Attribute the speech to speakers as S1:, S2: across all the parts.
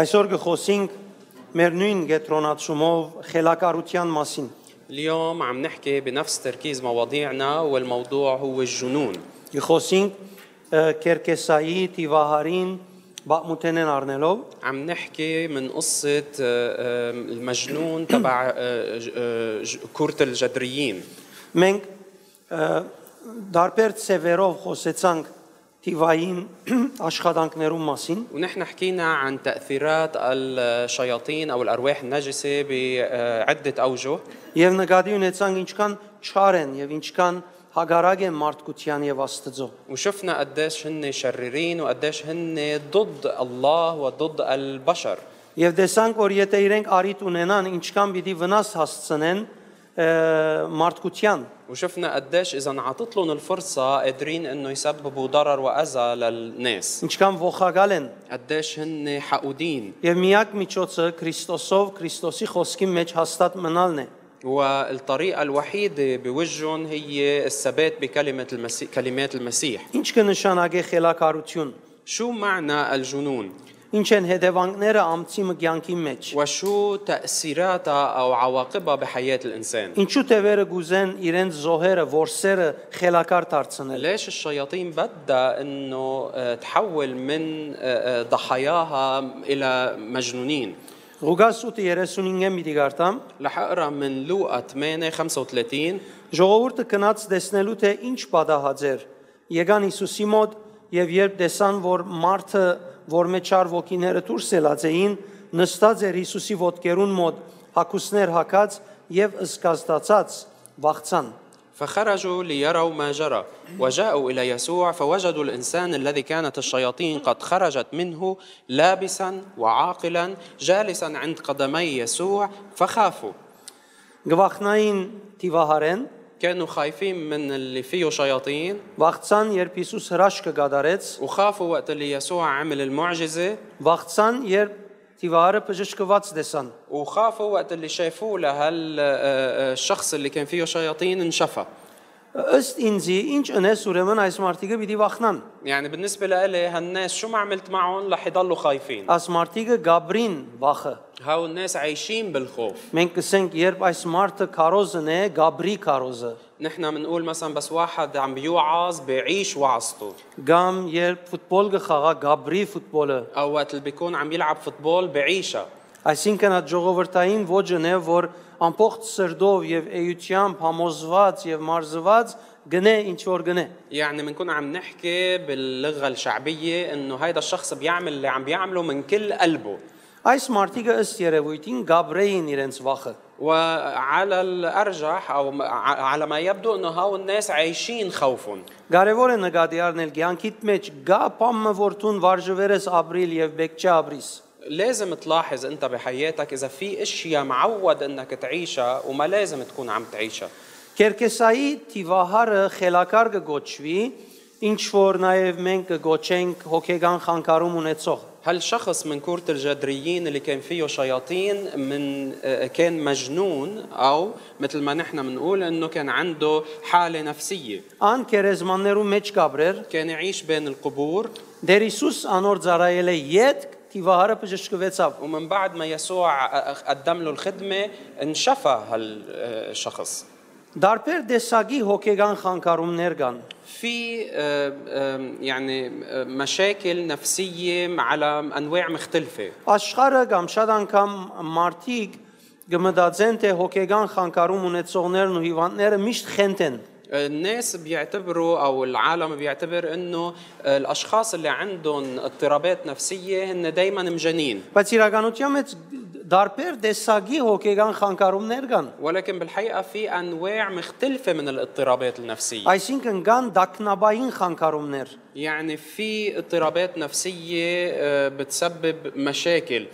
S1: Այսօր կխոսենք մեր նույն գետրոնացումով խելակարության մասին։
S2: اليوم عم نحكي بنفس تركيز مواضيعنا والموضوع هو الجنون
S1: Կխոսենք ը, Կերկեսայի Տիվահարին բամուտենեն առնելով
S2: عم نحكي من قصة آه، آه، المجنون تبع آه، ج- آه، ج- كرة الجدريين
S1: մենք ը, դարբեր ծևերով խոսեցանք Տիվային աշխատանքներում մասին։
S2: ونحن حكينا عن تأثيرات الشياطين أو الأرواح النجسة بعدة أوجه
S1: Եվ նկատի ունեցան ինչքան չար են եւ ինչքան հագարակ են մարդկության եւ Աստծո։
S2: وشفنا قديش هن شريرين وقديش هن ضد الله وضد البشر
S1: Եվ տեսանք, որ եթե իրենք արիտ ունենան, ինչքան պիտի վնաս հասցնեն ը, մարդկության։
S2: وشفنا قديش إذا انعطت لهم الفرصة قادرين إنه يسببوا ضرر وأذى للناس
S1: Ինչքան ողակալ են
S2: قديش هن حقودين
S1: եւ միակ միջոցը Քրիստոսով, Քրիստոսի խոսքի մեջ հաստատ մնալն է։
S2: والطريقة الوحيدة بوجههم هي الثبات بكلمة المسيح كلمات المسيح
S1: Ինչ կնշանակե խելակարություն։
S2: شو معنى الجنون
S1: Ինչ են հետևանքները ամցի մկյանքի մեջ։
S2: وشو تأثيراتها أو عواقبها بحياة الإنسان
S1: Ինչու տևերը գուզեն իրենց զոհերը, որսերը խելակար դարձնել։
S2: ليش الشياطين بدها انه آه، تحول من آه، آه، ضحاياها الى مجنونين
S1: Ղուկաս 8:35-ը մի դիգարտամ
S2: رح اقرا من لوقا 8 35
S1: ժողովուրդը կնաց տեսնելու թե ինչ պատահաձեր։ Եկան Հիսուսի մոտ եւ երբ տեսան, որ մարդը, որ մեջար ոգիները դուրս ելած էին, նստած էր Հիսուսի ոտքերուն մոտ, հակուսներ հակած եւ ըսկաստացած վախցան։
S2: فخرجوا ليروا ما جرى وجاءوا الى يسوع فوجدوا الانسان الذي كانت الشياطين قد خرجت منه لابسا وعاقلا جالسا عند قدمي يسوع فخافوا
S1: Գվախնային Տիվահարեն
S2: كانوا خايفين من اللي فيه شياطين
S1: վախցան, երբ Հիսուս հրաշքը գադարեց,
S2: وخافوا وقت اللي يسوع عمل المعجزه
S1: վախցան, երբ Տիվահարը բժշկված տեսան։
S2: وخافوا وقت اللي شافوه لهالشخص اللي كان فيه شياطين انشفى
S1: Ըստ ինձի ինչ ունես ուրեմն այս մարտիկը պիտի վախնան։
S2: يعني بالنسبة لإلي هالناس شو ما عملت معهم رح يضلوا خايفين
S1: Աս մարտիկը Գաբրին վախը։
S2: هاو الناس عايشين بالخوف
S1: Մենք կսենք երբ այս մարտը քարոզն է, Գաբրի քարոզը։
S2: نحن بنقول مثلا بس واحد عم بيوعظ بيعيش وعظته
S1: Գամ երբ ֆուտբոլ կխաղա Գաբրի ֆուտբոլը։
S2: أو وقت اللي بيكون عم يلعب فوتبول بيعيشها
S1: Այսինքն այդ ժողովրդային ոճն է, որ ամբողջ սրտով եւ էությամբ համոզված եւ մարզված գնե ինչ որ գնե։
S2: يعني بنكون عم نحكي باللغة الشعبية إنه هيدا الشخص بيعمل اللي عم بيعمله من كل قلبه
S1: Այս մարտիկը ըստ երևույթին Գաբրեին իրենց վախը։
S2: وعلى الأرجح أو م- ع- على ما يبدو إنه هاو الناس عايشين خوفهم
S1: Կարևոր է նկատի առնել ցանկիտ մեջ գա պամը որտուն վարժվերես ապրիլ եւ բեկչա ապրիս։
S2: لازم تلاحظ انت بحياتك اذا في اشياء معود انك تعيشها وما لازم تكون عم تعيشها
S1: Կերկեսայի Տիվահարը խելակար կգոչվի, ինչ որ նաև մենք կգոչենք հոգեգան խանգարում ունեցող։
S2: هالشخص من كورة الجدريين اللي كان فيه شياطين من آه، كان مجنون او مثل ما نحن بنقول انه كان عنده حالة نفسية
S1: Ան քերեզմաններու մեջ կաբրեր,
S2: كان يعيش بين القبور
S1: դեր Հիսուս անոր ծարայել է յետ Տիվահարը բժշկվեցավ։
S2: ومن بعد ما يسوع آه، قدم له الخدمة انشفى هالشخص
S1: Դարբեր դեսագի հոգեգան խանգարումներ կան։
S2: في آه، آه، يعني آه، مشاكل نفسية على أنواع مختلفة
S1: Աշխարը կամ շատ անգամ մարդիկ գմդածեն թե հոգեգան խանգարում ունեցողներն ու հիվանդները միշտ խենթ են։
S2: الناس بيعتبروا او العالم بيعتبر انه الاشخاص اللي عندهم اضطرابات نفسيه هن دائما مجانين
S1: Բայց իրականության մեջ դարբեր դեսագի հոգեգան խանգարումներ կան։
S2: ولكن بالحقيقه في انواع مختلفه من الاضطرابات النفسيه
S1: Այսինքն կան դակնաբային խանգարումներ,
S2: يعني في اضطرابات نفسيه آه، بتسبب مشاكل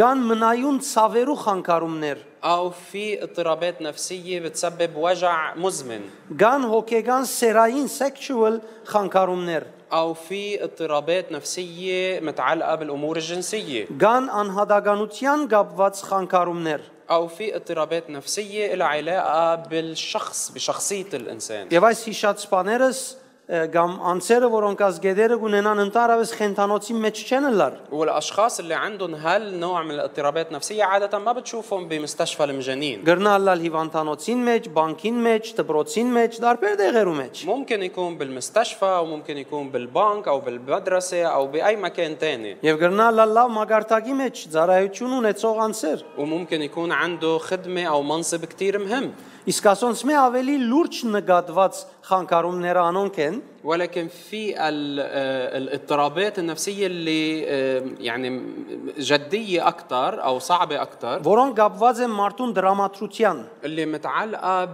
S1: կան մնայուն ցավերու խանգարումներ,
S2: او في اضطرابات نفسيه بتسبب وجع مزمن
S1: կան հոգեգան սերային sexual խանգարումներ,
S2: او في اضطرابات نفسيه متعلقه بالامور الجنسيه
S1: կան անհատականության կապված խանգարումներ։
S2: او في اضطرابات نفسيه لها علاقه بالشخص بشخصيه الانسان
S1: Եվ այս հիշածpanերս կամ անձերը, որոնք աս գեդերը ունենան ընդառավես խենթանոցի մեջ չեն լար։
S2: والاشخاص اللي عندهم هالنوع من الاضطرابات النفسيه عاده ما بتشوفهم بمستشفى المجانين
S1: Գրնալալ հիվանդանոցին մեջ, բանկին մեջ, դպրոցին մեջ, դարբեր դեղերու մեջ։
S2: ممكن يكون بالمستشفى او ممكن يكون بالبنك او بالمدرسه او باي مكان تاني
S1: Եվ գրնալալ լավ մագարտակի մեջ ծարայություն ունեցող անձեր։
S2: وممكن يكون عنده خدمه او منصب كتير مهم
S1: Իսկ ասոնց մե ավելի լուրջ նկատված խանգարումները անոնք են,
S2: ولكن في ال- آه، الاضطرابات النفسيه اللي آه، يعني جديه اكثر او صعبه اكثر
S1: որոնք կապված են մարդուն դրամատրության,
S2: اللي متعلقه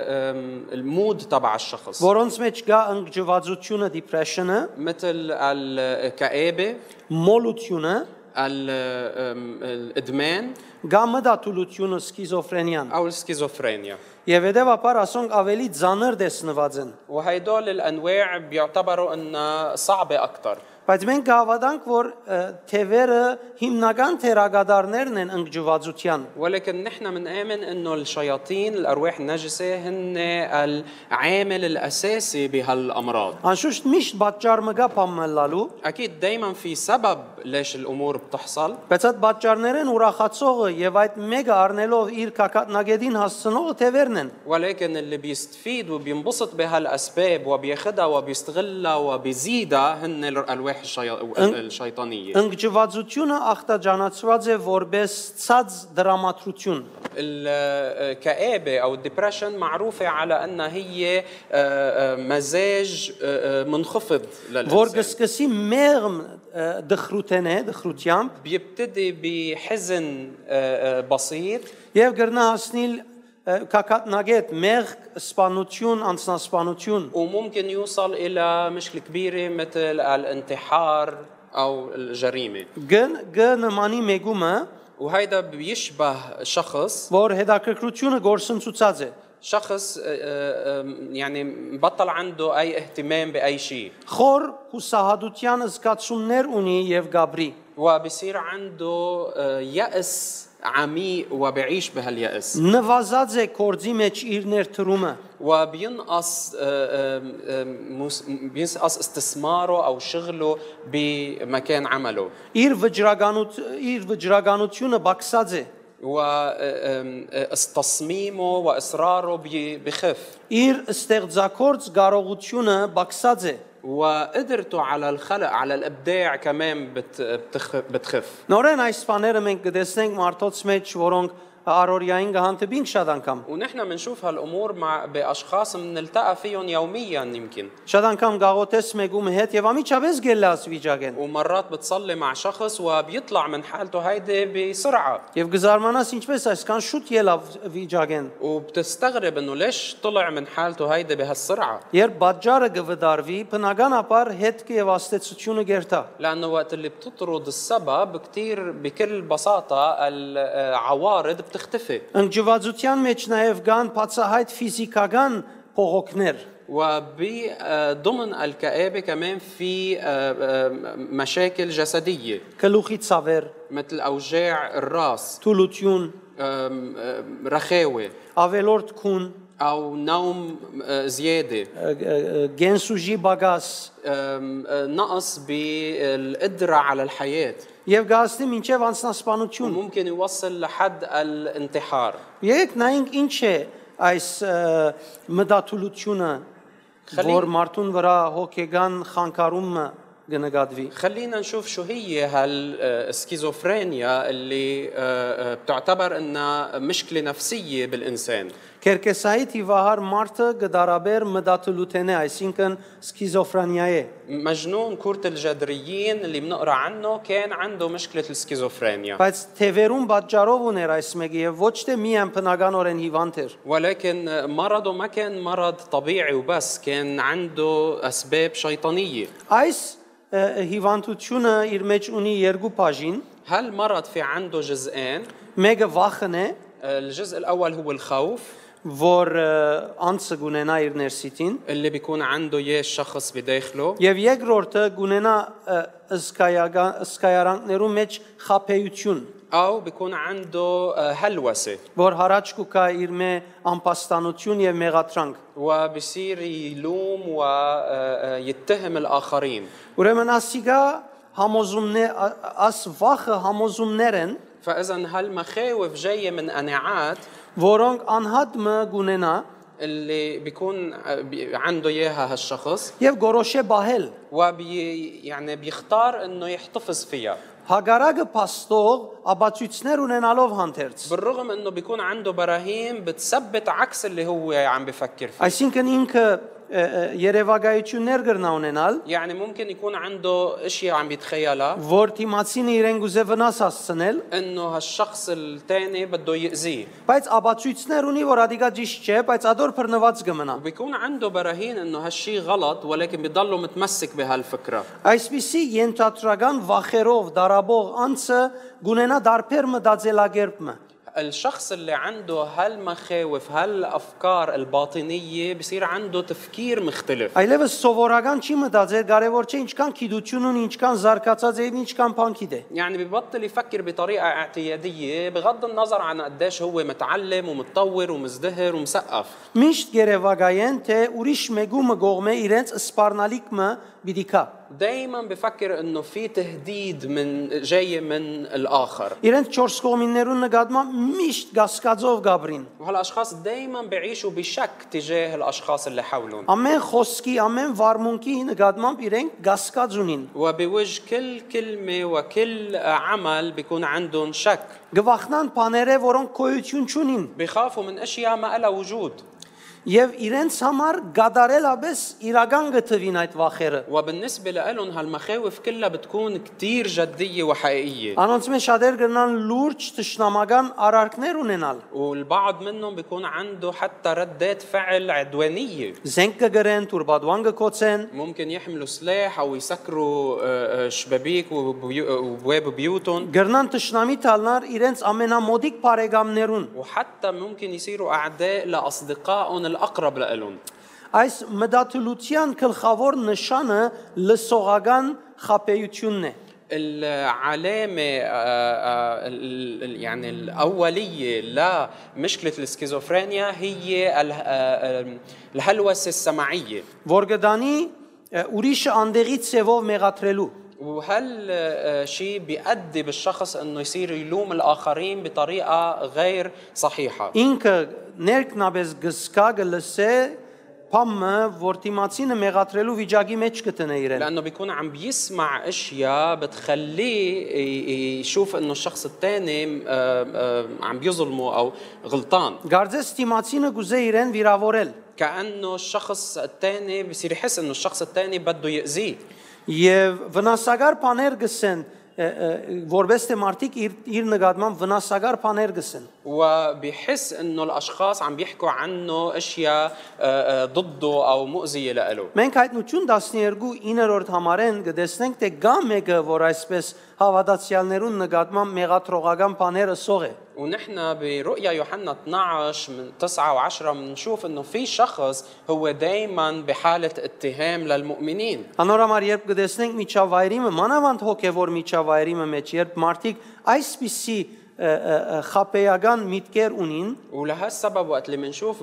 S2: بالمود تبع الشخص
S1: որոնց մեջ կա ընկճվածությունը, depression-ը,
S2: مثل الكآبه
S1: մոլությունը,
S2: ال- آم، الادمان
S1: կամ մտածությունը, սկիզոֆրենիան։
S2: او السكيزوفرينيا
S1: Եվ հետևաբար ասոնք ավելի ծանր դեսնված են։
S2: وهيدول الانواع بيعتبروا انها صعبه اكثر
S1: Բայց մենք հավատանք, որ ը, թևերը հիմնական թերագադարներն են ընկճվածության։
S2: ولكن نحن بنآمن انه الشياطين الارواح النجسه هن العامل الاساسي بهالامراض
S1: Անշուշտ միշտ պատճառ մը կա բամլալու,
S2: اكيد دائما في سبب ليش الامور بتحصل
S1: բայց այդ պատճառներն ուրախացողը եւ այդ մեկը առնելով իր կակատնագետին հասցնողը թևերն են։
S2: ولكن اللي بيستفيد وبينبسط بهالاسباب وبياخدها وبيستغلها وبيزيدها هن الارواح الشيا- الشيطانيه
S1: Ընկճվածությունը ախտաճանացված է որպես ցած դրամատրություն։
S2: الكآبة آه، أو الدبرشن معروفة على أنها هي آه، آه، مزاج آه، آه، منخفض
S1: որ
S2: للإنسان
S1: կսկսի մեղմ ը, դխրութենե դխրությամբ
S2: بيبتدي بحزن آه، آه، بسيط
S1: եւ գրնա հասնել կակատնագետ մեղ սպանություն անձնասպանություն
S2: وممكن يوصل إلى مشكلة كبيرة مثل الانتحار أو الجريمة
S1: գն գնմանի մեգումը
S2: وهيدا بيشبه شخص
S1: որ հետաքրքրությունը գործընծուցած է
S2: شخص آه، آه، آه، يعني بطل عنده أي اهتمام بأي شيء
S1: խոր հուսահատության զգացումներ ունի եւ գաբրի
S2: وبصير عنده آه، يأس عميق وبعيش بهاليأس
S1: նվազած է կորձի մեջ իր ներդրումը
S2: وبينقص آه، آم، آم، موس- بينقص استثماره او شغله بمكان عمله
S1: իր վճռականութ իր վճռականությունը բաքսած է
S2: آه، واستصميمه واصراره بي- بخف
S1: իր ստեղծագործ կարողությունը բաքսած է
S2: وقدرته على الخلق على الابداع كمان بت- بتخ- بتخف
S1: Նորեն այս բաները մենք կտեսնենք մարդոց մեջ, որոնք առօրյային կհանդիպին շատ անգամ։
S2: ونحن بنشوف هالامور مع باشخاص بنلتقى فيهم يوميا يمكن
S1: Շատ անգամ գաղոտես մեկում հետ եւ ամիջապես գելաս վիճակեն։
S2: ومرات بتصلي مع شخص وبيطلع من حالته هيدي بسرعه
S1: Եվ գզարմանաս ինչպես այսքան շուտ ելավ վիճակեն։
S2: وبتستغرب انه ليش طلع من حالته هيدي بهالسرعه
S1: Երբ պատճառը կվդարվի, բնականաբար հետքը եւ աստեցությունը գերտա։
S2: لانه وقت اللي بتطرد السبب كثير بكل بساطه العوارض بتختفي
S1: Ընջվածության մեջ նաեւ կան բացահայտ ֆիզիկական փողոքներ։
S2: وضمن الكآبة كمان في آه، آه، مشاكل جسدية
S1: Գլուխի ցավեր,
S2: مثل أوجاع الرأس
S1: թուլություն,
S2: آم، آه، رخاوة
S1: ավելորդ քուն,
S2: أو نوم آه، زيادة
S1: գենսուժի բագաս
S2: آم، آه، نقص بالقدرة على الحياة
S1: եւ գասնի մինչեւ անսնասպանություն։
S2: وممكن يوصل لحد الانتحار
S1: Երեք նայենք ինչ է այս ը, մտածելությունը,
S2: Խլի-
S1: որ մարդուն վրա հոգեգան խանգարումը կնկատվի։
S2: خلينا نشوف شو هي هالسكيزوفرينيا اللي آه، آه، بتعتبر انها مشكله نفسيه بالانسان
S1: Կերկեսայի դիվահար մարդը գդարաբեր մտածելութենե, այսինքն սկիզոֆրենիա է։
S2: مجنون كرة الجدريين اللي بنقرا عنه كان عنده مشكله السكيزوفرينيا
S1: Բայց թևերուն պատճառով ուներ այս մեկը եւ ոչ թե միայն բնականորեն հիվանդ էր։
S2: ولكن مرضه ما كان مرض طبيعي وبس كان عنده اسباب شيطانيه
S1: Այս ը, հիվանդությունը իր մեջ ունի երկու բաժին։
S2: هالمرض في عنده جزئين
S1: Մեկը վախն է,
S2: الجزء الاول هو الخوف
S1: որ ը, անձը գունենա իր ներսիտին
S2: اللي بيكون عنده اياه شخص بداخله
S1: եւ երկրորդը գունենա ը, սկայական սկայարանքներու մեջ խափեություն
S2: او بيكون عنده آه، هلوسه
S1: որ հարաճ կուքա իր մե անպաստանություն եւ մեղատրանք
S2: وبصير يلوم ويتهم الاخرين
S1: ուրեմն ASCII-ը համոզումներ ա- աս վախը համոզումներ են
S2: فاذا هالمخاوف جايه من قناعات
S1: որոնք անհատ մը գունենա
S2: اللي بيكون آه، بي- عنده اياها هالشخص
S1: եւ գորոշե բահել
S2: وبي يعني بيختار انه يحتفظ فيها
S1: հագարակը փաստող աբացույցներ ունենալով հանդերձ
S2: بالرغم انه بيكون عنده براهين بتثبت عكس اللي هو عم بفكر فيه
S1: Այսինքն ինքը ը, ը, երևակայություններ կրնա ունենալ,
S2: يعني ممكن يكون عنده اشياء عم يتخيلها
S1: որ թիմացին իրեն գուզե վնաս հասցնել,
S2: انه هالشخص الثاني بده يأذيه
S1: բայց աբացույցներ ունի, որ ադիգա ճիշտ չէ, բայց ադոր բռնված կմնա։
S2: وبيكون عنده براهين انه هالشي غلط ولكن بيضله متمسك بهالفكره
S1: Այսպիսի ենթատրական վախերով դարաբող անձը գունենա դարբեր մտածելակերպը։
S2: الشخص اللي عنده هالمخاوف هالافكار الباطنيه بصير عنده تفكير مختلف
S1: Այլևս սովորական չի մտածել, կարևոր չէ ինչքան գիտություն ունի, ինչքան զարգացած է եւ ինչքան բանկ գիտե։
S2: يعني ببطل يفكر بطريقه اعتياديه بغض النظر عن قديش هو متعلم ومتطور ومزدهر ومثقف
S1: Միշտ երևակայեն, թե ուրիշ մեկումը գողմե իրենց սպառնալիքը պիտի կա։
S2: دائما بفكر انه في تهديد من جاي من الاخر
S1: Իրենց 4 կողմիններուն նկատմամբ միշտ գասկածով գաբրին։
S2: وهالاشخاص دائما بيعيشوا بشك تجاه الاشخاص اللي حولهم
S1: Ամեն խոսքի, ամեն վարմունքի նկատմամբ իրենք գասկած ունին։
S2: وبوجه كل كلمه وكل عمل بيكون عندهم شك
S1: Գվախնան բաները, որոնք կոյություն չունին,
S2: بيخافوا من اشياء ما لها وجود
S1: եւ իրենց համար գադարելաբես իրական գտվին այդ վախերը։
S2: وبالنسبة لهم هالمخاوف كلها بتكون كتير جدية وحقيقية
S1: Անոնց մեջ շատեր կնան լուրջ ճշնամական արարքներ ունենալ։
S2: والبعض منهم بيكون عنده حتى ردات فعل عدوانية
S1: Զենք կգրեն, турբադուան կկոցեն,
S2: ممكن يحملوا سلاح أو يسكروا آه، آه، شبابيك وبيو- وبواب بيوتهم
S1: գրնան ճշնամի տալնար իրենց ամենամոդիկ բարեկամներուն։
S2: وحتى ممكن يصيروا أعداء لأصدقائهم الأقرب لهم
S1: Այս մտածելության գլխավոր նշանը լսողական խապեությունն է։
S2: العلامة آه، آه، ال- ال- يعني الأولية لمشكلة السكيزوفرينيا هي ال- آه، آه، الهلوسة السمعية
S1: որ գտանի ը, ուրիշը անդեղի ցևով մեղադրելու
S2: وهل شيء بيؤدي بالشخص انه يصير يلوم الاخرين بطريقه غير صحيحه
S1: ինքը ներքնաբես գսկա գլսե փամը որ դիմացինը մեղադրելու վիճակի մեջ կտնե իրեն
S2: لانه بيكون عم بيسمع اشياء بتخليه ي- ي- يشوف انه الشخص الثاني عم بيظلمه او غلطان
S1: Գարձես դիմացինը գուզե իրեն վիրավորել
S2: كانه الشخص الثاني بصير يحس انه الشخص الثاني بده ياذيه
S1: եւ վնասակար բաներ գսեն ը, ը, որբես թե մարդիկ իր իր նկատմամբ վնասակար բաներ գսեն
S2: وبيحس انه الاشخاص عم بيحكوا عنه اشياء آه، آه، ضده او مؤذيه لإله
S1: Մենք հայտնություն 12-9-րդ համարեն գտեսնենք թե գա մեկը որ այսպես հավատացյալներուն նկատմամբ մեղադրողական բաներ սող է
S2: ونحن برؤيا يوحنا 12 من 9 و10 بنشوف انه في شخص هو دائما بحاله اتهام للمؤمنين
S1: Անորամար երբ գտեսնենք միջավայրիմը, մանավանդ հոգևոր միջավայրիմը մեջ, երբ մարդիկ այսպիսի ը, ը, ը, խապեական միտքեր ունին,
S2: ولهالسبب وقت اللي بنشوف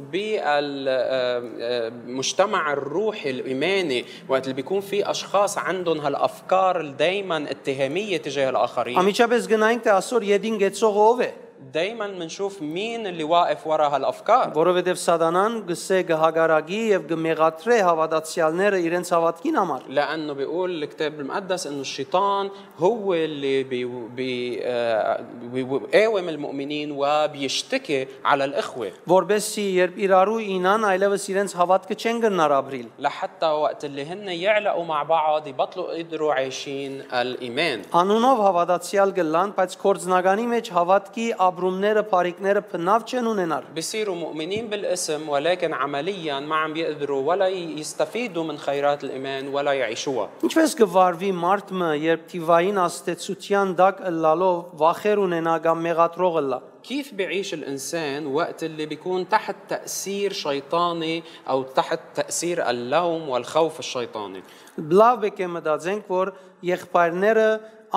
S2: بالمجتمع آه، الروحي الايماني وقت اللي بيكون في اشخاص عندهم هالافكار دائما اتهاميه تجاه الاخرين
S1: ամիջապես գնանք թե այսօր յեդին գեցողը ով է,
S2: دائما بنشوف مين اللي واقف ورا هالافكار
S1: որովհետև սատանան գսե գհագարագի եւ գմեղատրե հավատացյալները իրենց հավատքին համար։
S2: لانه بيقول الكتاب المقدس انه الشيطان هو اللي بي بي آه، بي- بيقاوم المؤمنين وبيشتكي على الاخوه
S1: Որբեսի երբ իրարու ինան այլևս իրենց հավատքը չեն գնար ապրիլ։
S2: لحتى وقت اللي هن يعلقوا مع بعض يبطلوا يقدروا عايشين الايمان
S1: Անունով հավատացյալ գլան, բայց կորձնականի մեջ հավատքի ապրիլ ապրումները, բարիկները փնավ չեն ունենալ։
S2: بيصيروا مؤمنين بالاسم ولكن عمليا ما عم بيقدروا ولا يستفيدوا من خيرات الايمان ولا يعيشوها
S1: Ինչպես կվարվի մարդը, երբ թիվային աստեցության դակ ըլլալով վախեր ունենա կամ մեղատրող ըլլա։
S2: كيف بيعيش الانسان وقت اللي بيكون تحت تاثير شيطاني او تحت تاثير اللوم والخوف الشيطاني
S1: Լավ է կմտածենք, որ եղբայրները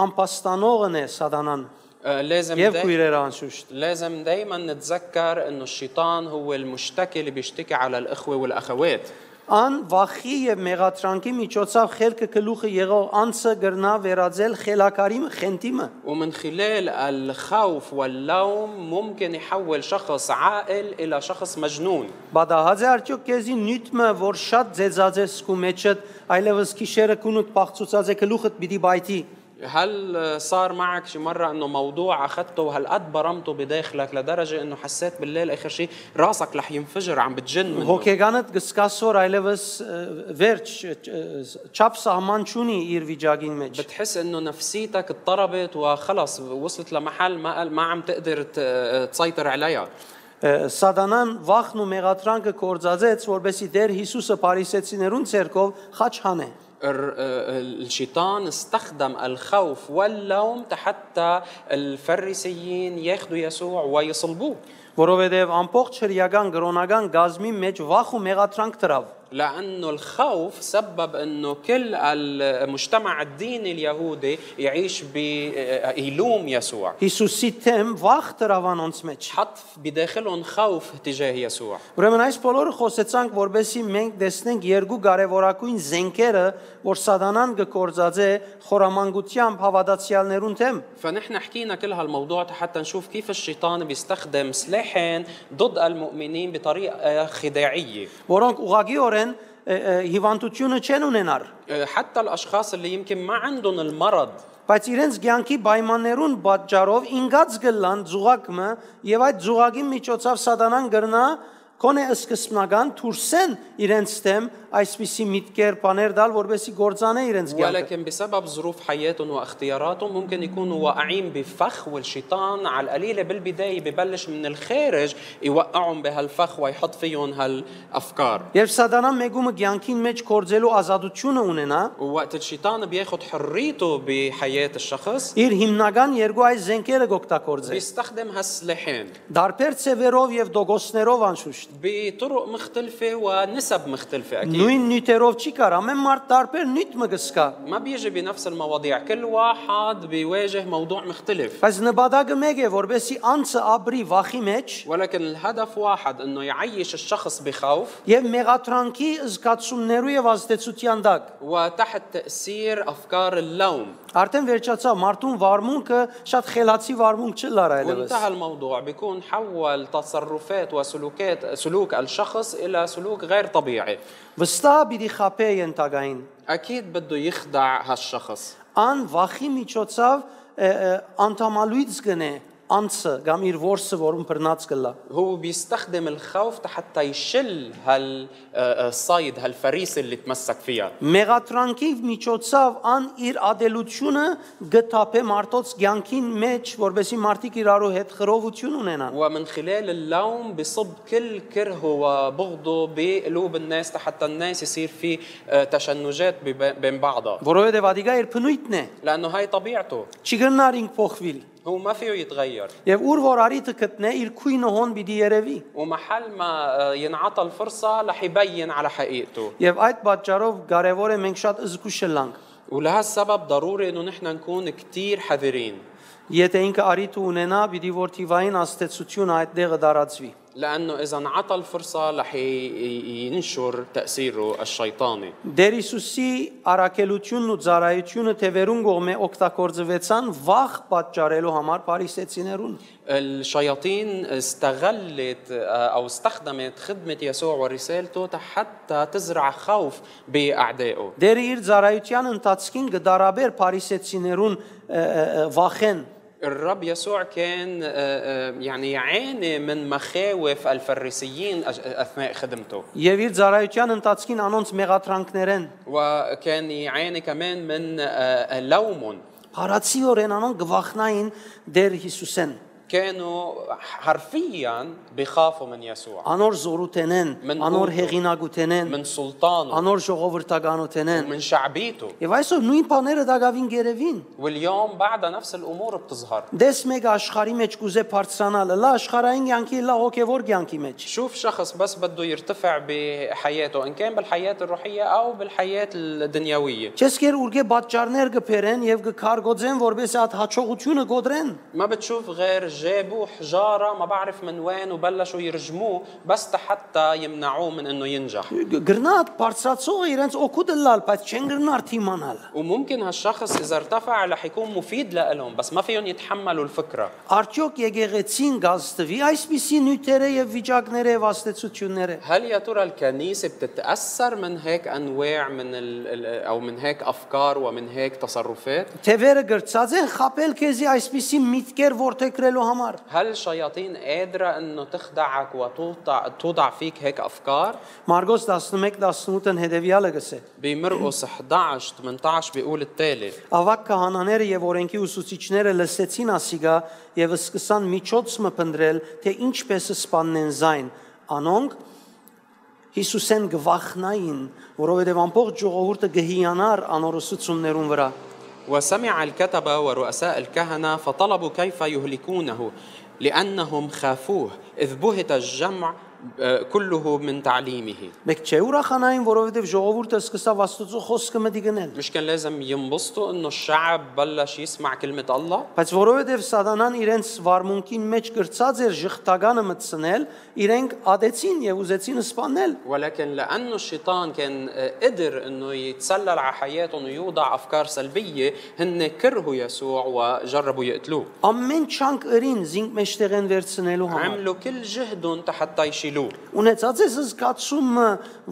S1: անպաստանողն է սատանան
S2: آه، لازم
S1: եւ
S2: داي-
S1: քույրերը անշուշտ։
S2: لازم دايما نتذكر انه الشيطان هو المشتكي اللي بيشتكي على الاخوه والاخوات
S1: Ան վախի եւ մեղատրանքի միջոցով խելքը գլուխը եղող անցը գրնա վերածել խելակարիմ խենտիմը։
S2: ومن خلال الخوف واللوم ممكن يحول شخص عاقل الى شخص مجنون
S1: Բադահաձե արդյոք քեզի նյութը, որ շատ ձեզած է սկու մեջը, այլևս քիշերը կունուտ բացուցած է գլուխը պիտի բայթի։
S2: هل صار معك شي مرة انه موضوع اخذته وهالقد برمته بداخلك لدرجة انه حسيت بالليل اخر شيء راسك رح ينفجر عم بتجن منه
S1: Հոգեգանդ գսկասոր այլևս ը, վերջ ը, չ- ը, չափ սահման չունի իր վիճակին մեջ։
S2: بتحس انه نفسيتك اضطربت وخلص وصلت لمحل ما قال- ما عم تقدر ت- تسيطر عليها
S1: Ը, Սատանան վախն ու մեղատրանքը կործածեց, որբեսի Տեր Հիսուսը Փարիսեցիներուն ցերկով խաչ հանե։
S2: الر- الشيطان استخدم الخوف واللوم حتى الفريسيين ياخذوا يسوع ويصلبوه
S1: Որովհետև ամբողջ հրյական գրոնական գազմի մեջ վախ ու մեղատրանք դրավ։
S2: لأنه الخوف سبب أنه كل المجتمع الديني اليهودي يعيش ب يلوم يسوع
S1: Հիսուսի թեմ վախ դրավ անոնց մեջ։
S2: حط بداخلهم خوف تجاه يسوع
S1: Ուրեմն այս բոլորը խոսեցանք, որբեսի մենք տեսնենք երկու կարևորագույն զենքերը, որ սատանան կկործածե խորամանկությամբ հավատացյալներուն թեմ։
S2: فنحن حكينا كل هالموضوع حتى نشوف كيف الشيطان بيستخدم سلاحين ضد المؤمنين بطريقة خداعية
S1: որոնք ուղագիորեն ը, ը, հիվանդությունը չեն ունենար,
S2: حتى الأشخاص اللي يمكن ما عندهم المرض
S1: բայց իրենց ցանկի պայմաններուն պատճառով ինգած գլան զուգակը եւ այդ զուգակի միջոցով սատանան գրնա կոնե սկսնական դուրսեն իրենց դեմ այսպիսի միտքեր բաներ դալ, որովհետեւ գործանե իրենց ցանկը։
S2: ولكن بسبب ظروف حياتهم واختياراتهم ممكن يكونوا واقعين بفخ والشيطان على القليلة بالبداية ببلش من الخارج يوقعهم بهالفخ ويحط فيهم هالأفكار
S1: Երբ սատանան մեգումը ցանկին մեջ կործելու ազատությունը ունենա,
S2: ووقت الشيطان بياخد حريته بحياة الشخص
S1: իր հիմնական երկու այս զենքերը կօգտագործի։
S2: بيستخدم هالسلاحين
S1: Դարբեր ծևերով եւ դոգոսներով անշուշտ
S2: بطرق مختلفة ونسب مختلفة أكيد
S1: Նույն նյութերով չի կարող, ամեն մարդ տարբեր նյութ մը գսկա։
S2: ما بيجي بنفس المواضيع كل واحد بيواجه موضوع مختلف
S1: Բայց նպատակը մեկ է, որբեսի անցը ապրի վախի մեջ
S2: ولكن الهدف واحد انه يعيش الشخص بخوف
S1: եւ մեղատրանքի զգացումներով եւ ազդեցության տակ։
S2: وتحت تأثير أفكار اللوم
S1: Արդեն վերջացավ մարդուն վարմունքը շատ խելացի վարմունք չլար այլևս։
S2: وانتهى الموضوع بيكون حول تصرفات وسلوكات سلوك الشخص إلى سلوك غير طبيعي
S1: Վստահ պիտի խապե ենթագային։
S2: أكيد بده يخدع هالشخص
S1: Ան վախի միջոցով ը, ը, անտամալույց գնե անցը կամ իր ворսը, որում բռնած կլա։
S2: هو بيستخدم الخوف حتى يشل آه، هالصيد هالفريسة اللي تمسك فيها
S1: Մեղատրանքի միջոցով ան իր ադելությունը գտապե մարդոց ցանկին մեջ, որբեսի մարդիկ իրարու հետ խրովություն ունենան։
S2: ومن خلال اللوم بصب كل كرهه وبغضه بقلوب الناس حتى الناس يصير في آه، تشنجات بب- بين بعضها
S1: Որովհետև ադիգա իր փնույթն է,
S2: لأنه هاي طبيعته
S1: չի գնար ինք փոխվել։
S2: هو ما فيه يتغير
S1: Եվ ուր որ արիտը գտնե իր քույնը հոն պիտի երևի։
S2: ومحل ما آه، ينعطى الفرصة رح يبين على حقيقته
S1: Եվ այդ պատճառով կարևոր է մենք շատ զգուշ լանք։
S2: ولهالسبب ضروري انه نحن نكون كتير حذرين
S1: Եթե ինքը արիտը ունենա, պիտի որ թիվային աստեցություն այդ դեղը դարածվի։
S2: لانه اذا انعطى الفرصة رح ي- ي- ينشر تأثيره الشيطاني
S1: Դեր Հիսուսի առաքելությունն ու ծառայությունը թևերուն գողմե օգտագործվեցան վախ պատճառելու համար Փարիսեցիներուն։
S2: الشياطين استغلت آه، او استخدمت خدمة يسوع ورسالته حتى تزرع خوف باعدائه
S1: Դեր իր ծառայության ընթացքին գդարաբեր Փարիսեցիներուն ը, ը, ը, վախեն
S2: الرب يسوع كان آه، آه، يعني يعاني من مخاوف الفريسيين أج- اثناء خدمته
S1: եւ իր ծառայության ընթացքին անոնց մեղատրանքներեն
S2: وكان يعاني كمان من آه، لوم
S1: Փարացիորեն անոն գվախնային դեր Հիսուսեն։
S2: كانوا حرفيا بخافوا من يسوع
S1: անոր զորութենեն,
S2: Մն
S1: անոր
S2: ուտո,
S1: հեղինակութենեն,
S2: من سلطانه
S1: անոր ժողովրդականութենեն։
S2: ومن شعبيته
S1: Եվ այսօր նույն բաները դակավին գերևին։
S2: واليوم بعد նفس الامور بتظهر
S1: Դես մեկ աշխարհի մեջ կուզե բարձրանալը, լա աշխարհային կյանքի, լա հոգևոր կյանքի մեջ։
S2: شوف شخص بس بده يرتفع بحياته ان كان بالحياه الروحيه او بالحياه الدنيويه
S1: Չես կեր ուրգե պատճառներ կփերեն եւ կքարգոձեն, որբես այդ հաջողությունը գոդրեն։
S2: ما بتشوف غير جابوا حجاره ما بعرف من وين وبلشوا يرجموه بس حتى يمنعوه من انه ينجح
S1: գ- Գրնա այդ բարձրացողը իրենց օգուտը լալ, բայց չեն գրնա արթիմանալ։
S2: وممكن هالشخص اذا ارتفع رح يكون مفيد لهم بس ما فيهم يتحملوا الفكره
S1: Արդյոք եկեղեցին գազստվի այսպիսի նյութերը եւ վիճակները եւ աստեցությունները։
S2: هل يا ترى الكنيسة بتتأثر من هيك أنواع من ال ال- أو من هيك أفكار ومن هيك تصرفات؟
S1: Թևերը գրծած են խապել քեզի այսպիսի միտքեր որթեքրելու համար։
S2: هل الشياطين قادرة إنه تخدعك وتوضع توضع فيك هيك أفكار؟
S1: Մարգոս 11:18-ն հետեւյալը գսե.
S2: بمرقس 11 18 بيقول التالي
S1: Ավակ քահանաները եւ օրենքի ուսուցիչները լսեցին ասիգա եւ սկսան միջոցը փնտրել, թե ինչպես սպաննեն զայն։ Անոնք Հիսուսեն գվախնային, որովհետև ամբողջ ժողովուրդը գհիանար անորոշություններուն վրա։
S2: وسمع الكتبة ورؤساء الكهنة فطلبوا كيف يهلكونه لأنهم خافوه إذ بهت الجمع آه، كله من تعليمه
S1: Մեկ չէ ուրախանային, որովհետև ժողովուրդը սկսավ Աստծո խոսքը մտի գնել։
S2: مش كان لازم ينبسطوا إنه الشعب بلش يسمع كلمة الله؟
S1: Բայց որովհետև սատանան իրենց վարմունքին մեջ գրծած էր շղթականը մտցնել, իրենք ադեցին եւ ուզեցին սպանել։
S2: ولكن لانه الشيطان كان قدر انه يتسلل على حياتهم ويوضع افكار سلبيه هن كرهوا يسوع وجربوا يقتلوه
S1: Ամեն չանկ ըրին զինք մեջտեղ են վերցնելու համար։
S2: عملوا كل جهدهم حتى يشيلوه
S1: Ունեցած ես զգացումը,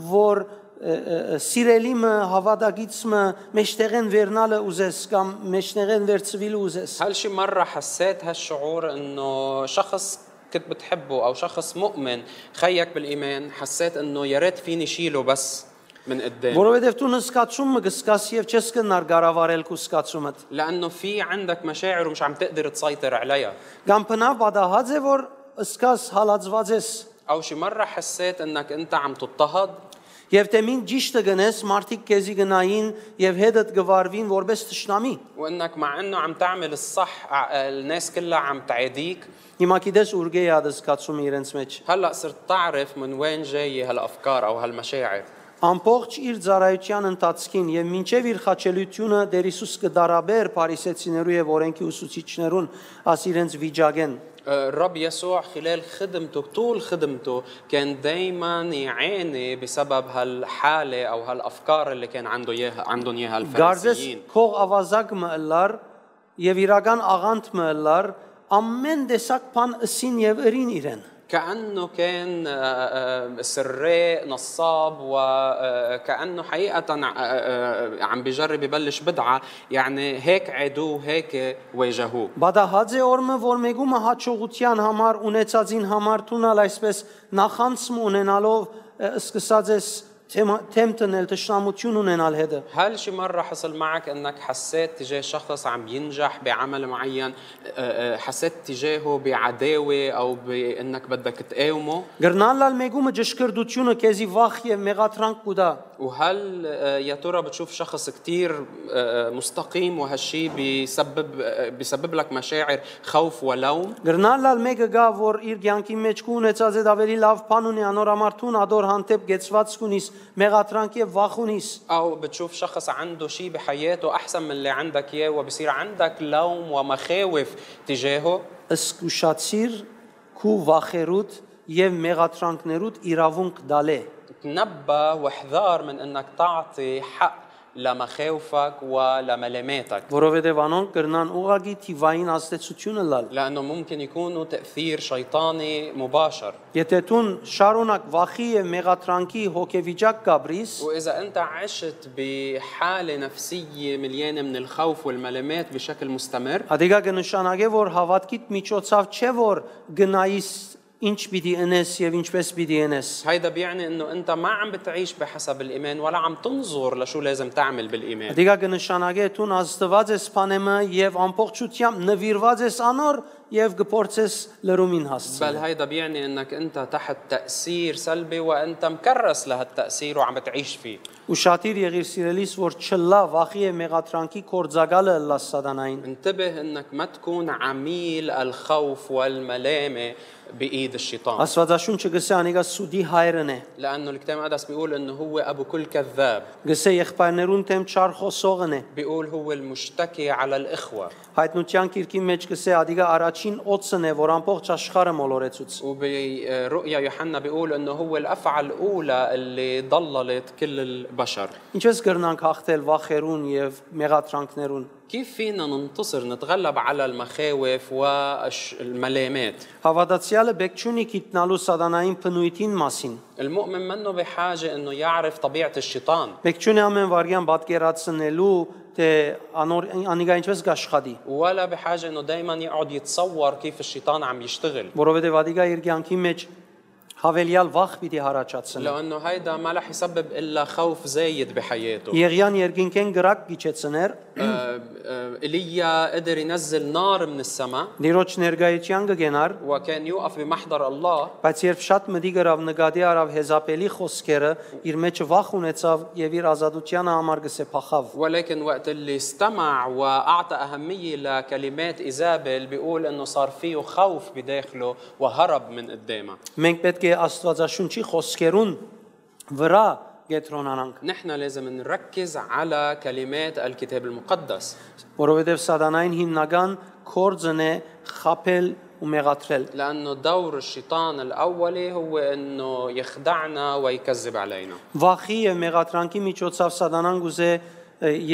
S1: որ ը, ը, ը, սիրելիմը, հավատագիցը մեջտեղ են վերնալը ուզես կամ մեջտեղ են վերցվիլը ուզես։
S2: هل شي مره حسيت هالشعور انه شخص كنت بتحبه او شخص مؤمن خيك بالايمان حسيت انه يا ريت فيني شيله بس من قدام
S1: Որովհետև դու նսկացումը կսկաս եւ չես կնար գարավարել քո սկացումդ։
S2: لانه في عندك مشاعر ومش عم تقدر تسيطر عليها
S1: Կամ բնավ պատահած է, որ սկաս հալածված ես
S2: او شي مره حسيت انك انت عم تضطهد
S1: եւ թե մին ճիշտը գնես, մարդիկ քեզի գնային եւ հետդ գվարվին որպես ճշնամի։
S2: وانك مع انه عم تعمل الصح ع- الناس كلها عم تعاديك
S1: Հիմա գիտես ուրգե է այդ զգացումը իրենց մեջ։
S2: هلا صرت تعرف من وين جايه هالافكار او هالمشاعر
S1: Ամբողջ իր ծառայության ընթացքին եւ մինչեւ իր խաչելությունը Տեր Հիսուս կդարաբեր Փարիսեցիներու եւ օրենքի ուսուցիչներուն աս իրենց վիճակեն։
S2: آه، الرب يسوع خلال خدمته طول خدمته كان دائما يعاني بسبب هالحاله او هالافكار اللي كان عنده اياها عندهم اياها
S1: Գարձես
S2: الفريسيين
S1: քող ավազակ մըլլար եւ իրական աղանդ մըլլար ամեն տեսակ բան ըսին եւ ըրին իրեն։
S2: كانه كان آه، آه، سراق نصاب وكانه حقيقه آه، آه، عم بجرب يبلش بدعه يعني هيك عادوه هيك واجهوه
S1: Բադահաձե օրը որ մեգումը հաջողության համար ունեցածին համար տունալ այսպես նախանցում ունենալով ը, սկսած ես թեմա- թեմ տնել ճշտամություն ունենալ հետը։
S2: هل شي مرة حصل معك انك حسيت تجاه شخص عم ينجح بعمل معين آه، آه، حسيت تجاهه بعداوة او بانك بدك تقاومه
S1: Գրնալալ մեգումը ճշգրտությունը քեզի վախ եւ մեղադրանք կուտա։
S2: وهل آه، يا ترى بتشوف شخص كتير آه، مستقيم وهالشي بيسبب آه، بيسبب لك مشاعر خوف ولوم
S1: Գրնալալ մեկը գա որ իր ցանկի մեջ կունեցած այդ ավելի լավ բան ունի անորամարթուն ադոր հանդեպ գեցված կունիս մեղադրանք եւ վախ ունիս։
S2: او بتشوف شخص عنده شي بحياته احسن من اللي عندك اياه وبصير عندك لوم ومخاوف تجاهه
S1: Սկուշացիր քու վախերուդ եւ մեղադրանքներուդ իրավունք դալե։
S2: تنبه واحذار من انك تعطي حق لمخاوفك ولملاماتك
S1: Որովհետեւ անոնք գրնան ուղագի թիվային աստեցությունը լալ։
S2: لانه ممكن يكونوا تاثير شيطاني مباشر
S1: Եթե դու շարունակ վախի եւ մեղադրանքի հոգեվիճակ կաբրիս,
S2: واذا انت عشت بحاله نفسيه مليانه من الخوف والملامات بشكل مستمر
S1: Ադիգա կնշանակե որ հավատքիդ միջոցով չէ որ գնայիս ինչ պիտի ընես եւ ինչպես պիտի ընես։
S2: هيدا بيعني انه انت ما عم بتعيش بحسب الايمان ولا عم تنظر لشو لازم تعمل بالايمان
S1: Ադիգա կնշանակե դու աստված ես սփանեմը եւ ամբողջությամբ նվիրված ես անոր եւ գործես լրումին հասցնել։
S2: بل هيدا بيعني انك انت تحت تاثير سلبي وانت مكرس لهالتاثير وعم تعيش فيه
S1: Ուշադիր եղիր սիրելիս, որ չլա վախի է մեղատրանքի կորձակալը լաս սատանային։
S2: انتبه انك ما تكون عميل الخوف والملامه بايد الشيطان
S1: Աստվածաշունչը գսե անիկա սուդի հայրն է։
S2: لانه الكتاب المقدس بيقول انه هو ابو كل كذاب
S1: Գսե եղբայրներուն թեմ չար խոսողն է։
S2: بيقول هو المشتكي على الاخوه
S1: Հայտնության քիրքի մեջ գսե ադիգա առաջին օծն է, որ ամբողջ աշխարհը մոլորեցուց։
S2: وبرؤيا يوحنا بيقول انه هو الافعى الاولى اللي ضللت كل البشر
S1: Ինչպես կգրնանք հաղթել վախերուն եւ մեղատրանքներուն։
S2: كيف فينا ننتصر نتغلب على المخاوف والملامات
S1: Հավատացյալը բեք չունի գիտնալու սատանային փնույթին մասին։
S2: المؤمن منه بحاجة أنه يعرف طبيعة الشيطان
S1: Բեք չունի ամեն վարյան պատկերացնելու թե անոր անիկա ինչպես կաշխատի,
S2: ولا بحاجة أنه دايما يقعد يتصور كيف الشيطان عم يشتغل
S1: որովհետեւ ադիգա իր կյանքի մեջ հավելյալ վախ պիտի հարաճացնի։
S2: لأنه هيدا ما رح يسبب إلا خوف زايد بحياته
S1: Եղյան երկինքեն գրակ գիչեցներ,
S2: آه، آه، إيليا قدر ينزل نار من السماء
S1: դիրոջ ներգայացյան կգենար,
S2: وكان يوقف بمحضر الله
S1: բայց երբ շատ մտի գրավ նկատի արավ հեզապելի խոսքերը, իր մեջ վախ ունեցավ եւ իր ազատության համար գսե փախավ։
S2: ولكن وقت اللي استمع واعطى اهميه لكلمات ايزابل بيقول انه صار فيه خوف بداخله وهرب من قدامها
S1: Մենք պետք է Աստվածաշունչի խոսքերուն վրա գետրոնանանք,
S2: نحن لازم نركز على كلمات الكتاب المقدس
S1: որովհետև սատանային հիմնական կորձն է խապել ու մեղատրել։
S2: لأنه دور الشيطان الأولي هو أنه يخدعنا ويكذب علينا
S1: Վախի եւ մեղատրանքի միջոցով սատանան գուզե ը,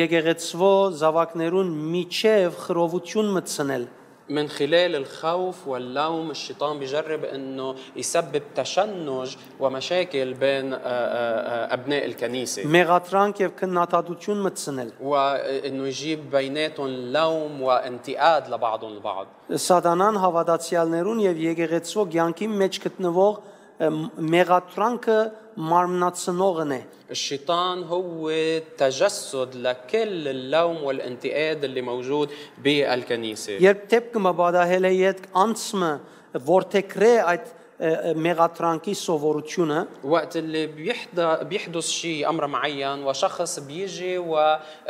S1: եկեղեցվո զավակներուն միջև խրովություն մտցնել։
S2: من خلال الخوف واللوم الشيطان بيجرب أنه يسبب تشنج ومشاكل بين آه، آه، آه، أبناء الكنيسة
S1: Մեղատրանք եւ քննադատություն մտցնել։
S2: وأنه يجيب بيناتهم لوم وانتقاد لبعضهم البعض
S1: Սատանան հավատացյալներուն եւ եկեղեցվո ցանկի մեջ գտնվող ը, մեղատրանքը մարմնացնողն է։
S2: الشيطان هو تجسد لكل اللوم والانتقاد اللي موجود بالكنيسة
S1: Երբ դեպքը մաբադահել է իդ անցմը, որթեքրե այդ ը, ը, մեղատրանքի սովորությունը,
S2: وقت اللي بيحدث بيحدث شيء امر معين وشخص بيجي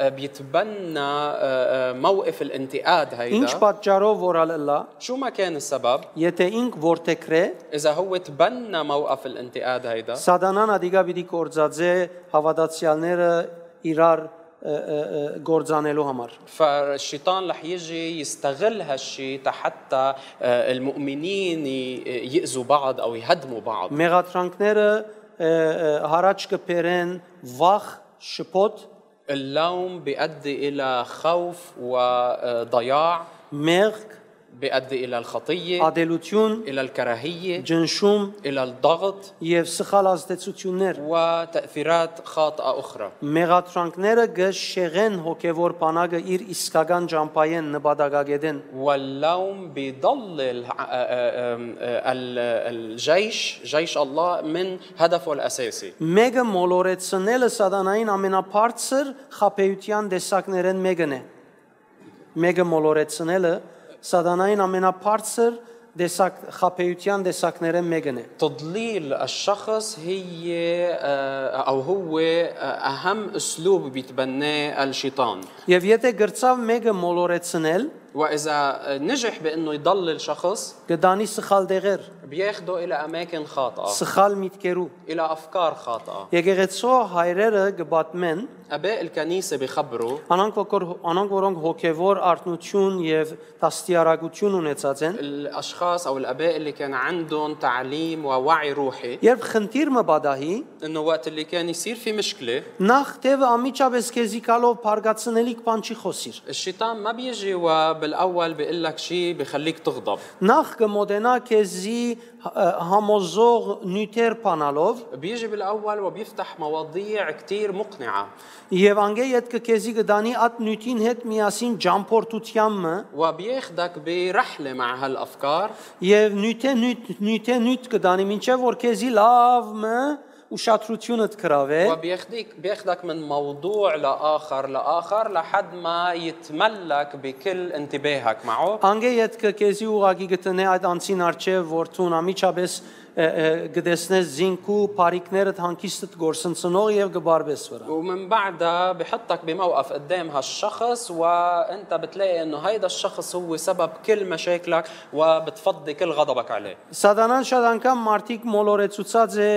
S2: وبيتبنى آه، آه، موقف الانتقاد
S1: ինչ
S2: هيدا
S1: պատճառով որալ լա,
S2: شو ما كان السبب
S1: եթե ինք որթեքրե
S2: اذا هو تبنى موقف الانتقاد هيدا
S1: Սատանան ադիգա պիտի կործածե հավատացյալները իրար ը, ը, ը, գործանելու համար։
S2: فالشيطان رح يجي يستغل هالشيء حتى المؤمنين ي- يأذوا بعض او يهدموا بعض
S1: Մեղատրանքները ը, ը, հարաճ կբերեն վախ, շփոթ,
S2: اللوم بيؤدي الى خوف وضياع
S1: մեղք,
S2: بيؤدي الى
S1: آه.
S2: الخطيه
S1: ադելություն,
S2: الى الكراهيه
S1: ջնշում
S2: الى الضغط
S1: եւ սխալ ազդեցություններ։
S2: وتاثيرات خاطئه اخرى
S1: Մեղատրանքները գշեղեն հոգեվոր բանակը իր իսկական ճամփային նպատակագետեն։
S2: واللوم بيضلل ع- آ- آ- آه، آم- آ- ال- الجيش جيش الله من هدفه الاساسي
S1: Մեկը մոլորեցնելը սատանային ամենաբարձր խափեության տեսակներն մեկն է։ Մեկը մոլորեցնելը սատանային ամենաբարձր տեսակ խափեության տեսակներն մեկն է։
S2: تضليل الشخص هي آه، او هو آه، اهم اسلوب بيتبناه الشيطان
S1: Եվ եթե գրծավ մեկը մոլորեցնել,
S2: واذا نجح بانه يضلل شخص
S1: կդանի սխալ դեղեր,
S2: بياخده الى اماكن خاطئه
S1: սխալ միտքերու։
S2: الى افكار خاطئه
S1: Եկեղեցու հայրերը գբատմեն,
S2: اباء الكنيسه بخبروا
S1: անոնք որ անոնք որոնք հոգևոր արտնություն եւ դաստիարակություն ունեցած են,
S2: الاشخاص او الاباء اللي كان عندهم تعليم ووعي روحي
S1: երբ խնդիր մը բադահի,
S2: انه وقت اللي كان يصير في مشكله
S1: Նախ տեւը ամիջապես քեզի կալով բարգացնելիք բան չի խոսիր։
S2: الشيطان ما بيجي وبالاول بيقول لك شيء بخليك تغضب
S1: Նախ կմոտենա քեզի հ- համոզող նյութեր բանալով
S2: بيجي بالاول وبيفتح مواضيع كثير مقنعه
S1: եւ անգե իդ քեզի կդանի այդ նյութին հետ միասին ջամփորդությամը
S2: وبياخدك برحله مع هالافكار
S1: եւ նյութե նյութ նյութե նյութ կդանի ինչեւ որ քեզի լավը ուշադրությունդ գրավել
S2: وبياخديك بياخدك من موضوع لاخر لاخر لحد ما يتملك بكل انتباهك معه
S1: Անգեյդ կկեզի ուղագի գտնե այդ անցին արջև որ ցունամիջապես գտեսնես զինքու բարիկներդ հանկիստդ գործընծնող եւ գբարբես վրա։
S2: ومن بعدها بحطك بموقف قدام هالشخص وانت بتلاقي انه هيدا الشخص هو سبب كل مشاكلك وبتفضي كل غضبك عليه
S1: Սատանան շատ անգամ մարդիկ մոլորեցուցած է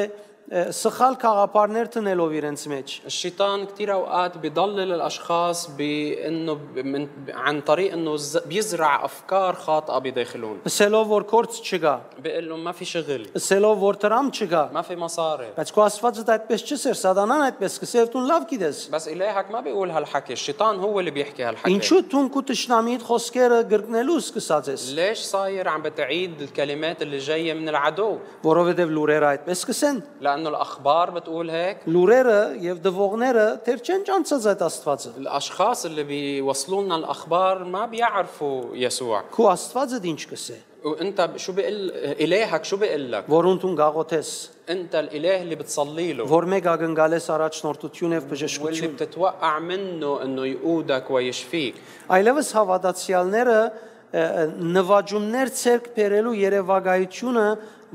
S1: ը, սխալ խաղապարներ տնելով իրենց մեջ։
S2: الشيطان كثير اوقات بيضلل الاشخاص بانه ب- من عن طريق انه ز- بيزرع افكار خاطئه بداخلهم
S1: Սելով որ կորց չկա,
S2: بيقول لهم ما في شغل
S1: սելով որ տրամ չկա,
S2: ما في مصاري
S1: բայց քո Աստվածը դա այդպես չսեր, Սատանան այդպես կսեր, դու լավ գիտես։
S2: بس الهك ما بيقول هالحكي الشيطان هو اللي بيحكي هالحكي
S1: Ինչու դու քո ճշնամիդ խոսքերը գրկնելու սկսած ես,
S2: ليش صاير عم بتعيد الكلمات اللي جايه من العدو
S1: որովհետև լուրերը այդպես կսեն։
S2: لانه الاخبار بتقول هيك
S1: լուրերը եւ դվողները դեռ չեն ճանցած այդ Աստվածը։
S2: الاشخاص اللي بيوصلوا لنا الاخبار ما بيعرفوا يسوع
S1: Քու Աստվածը ինչ կսե,
S2: وانت شو بيقول الهك شو بيقول لك
S1: որոնց ուն գաղոթես,
S2: انت الاله اللي بتصلي له
S1: որ մեկ ագնգալես առաջնորդություն եւ
S2: واللي
S1: բժշկություն։
S2: بتتوقع منه انه يقودك ويشفيك
S1: Այլևս հավատացյալները ը, ը, նվաճումներ ցերկ բերելու երևակայությունը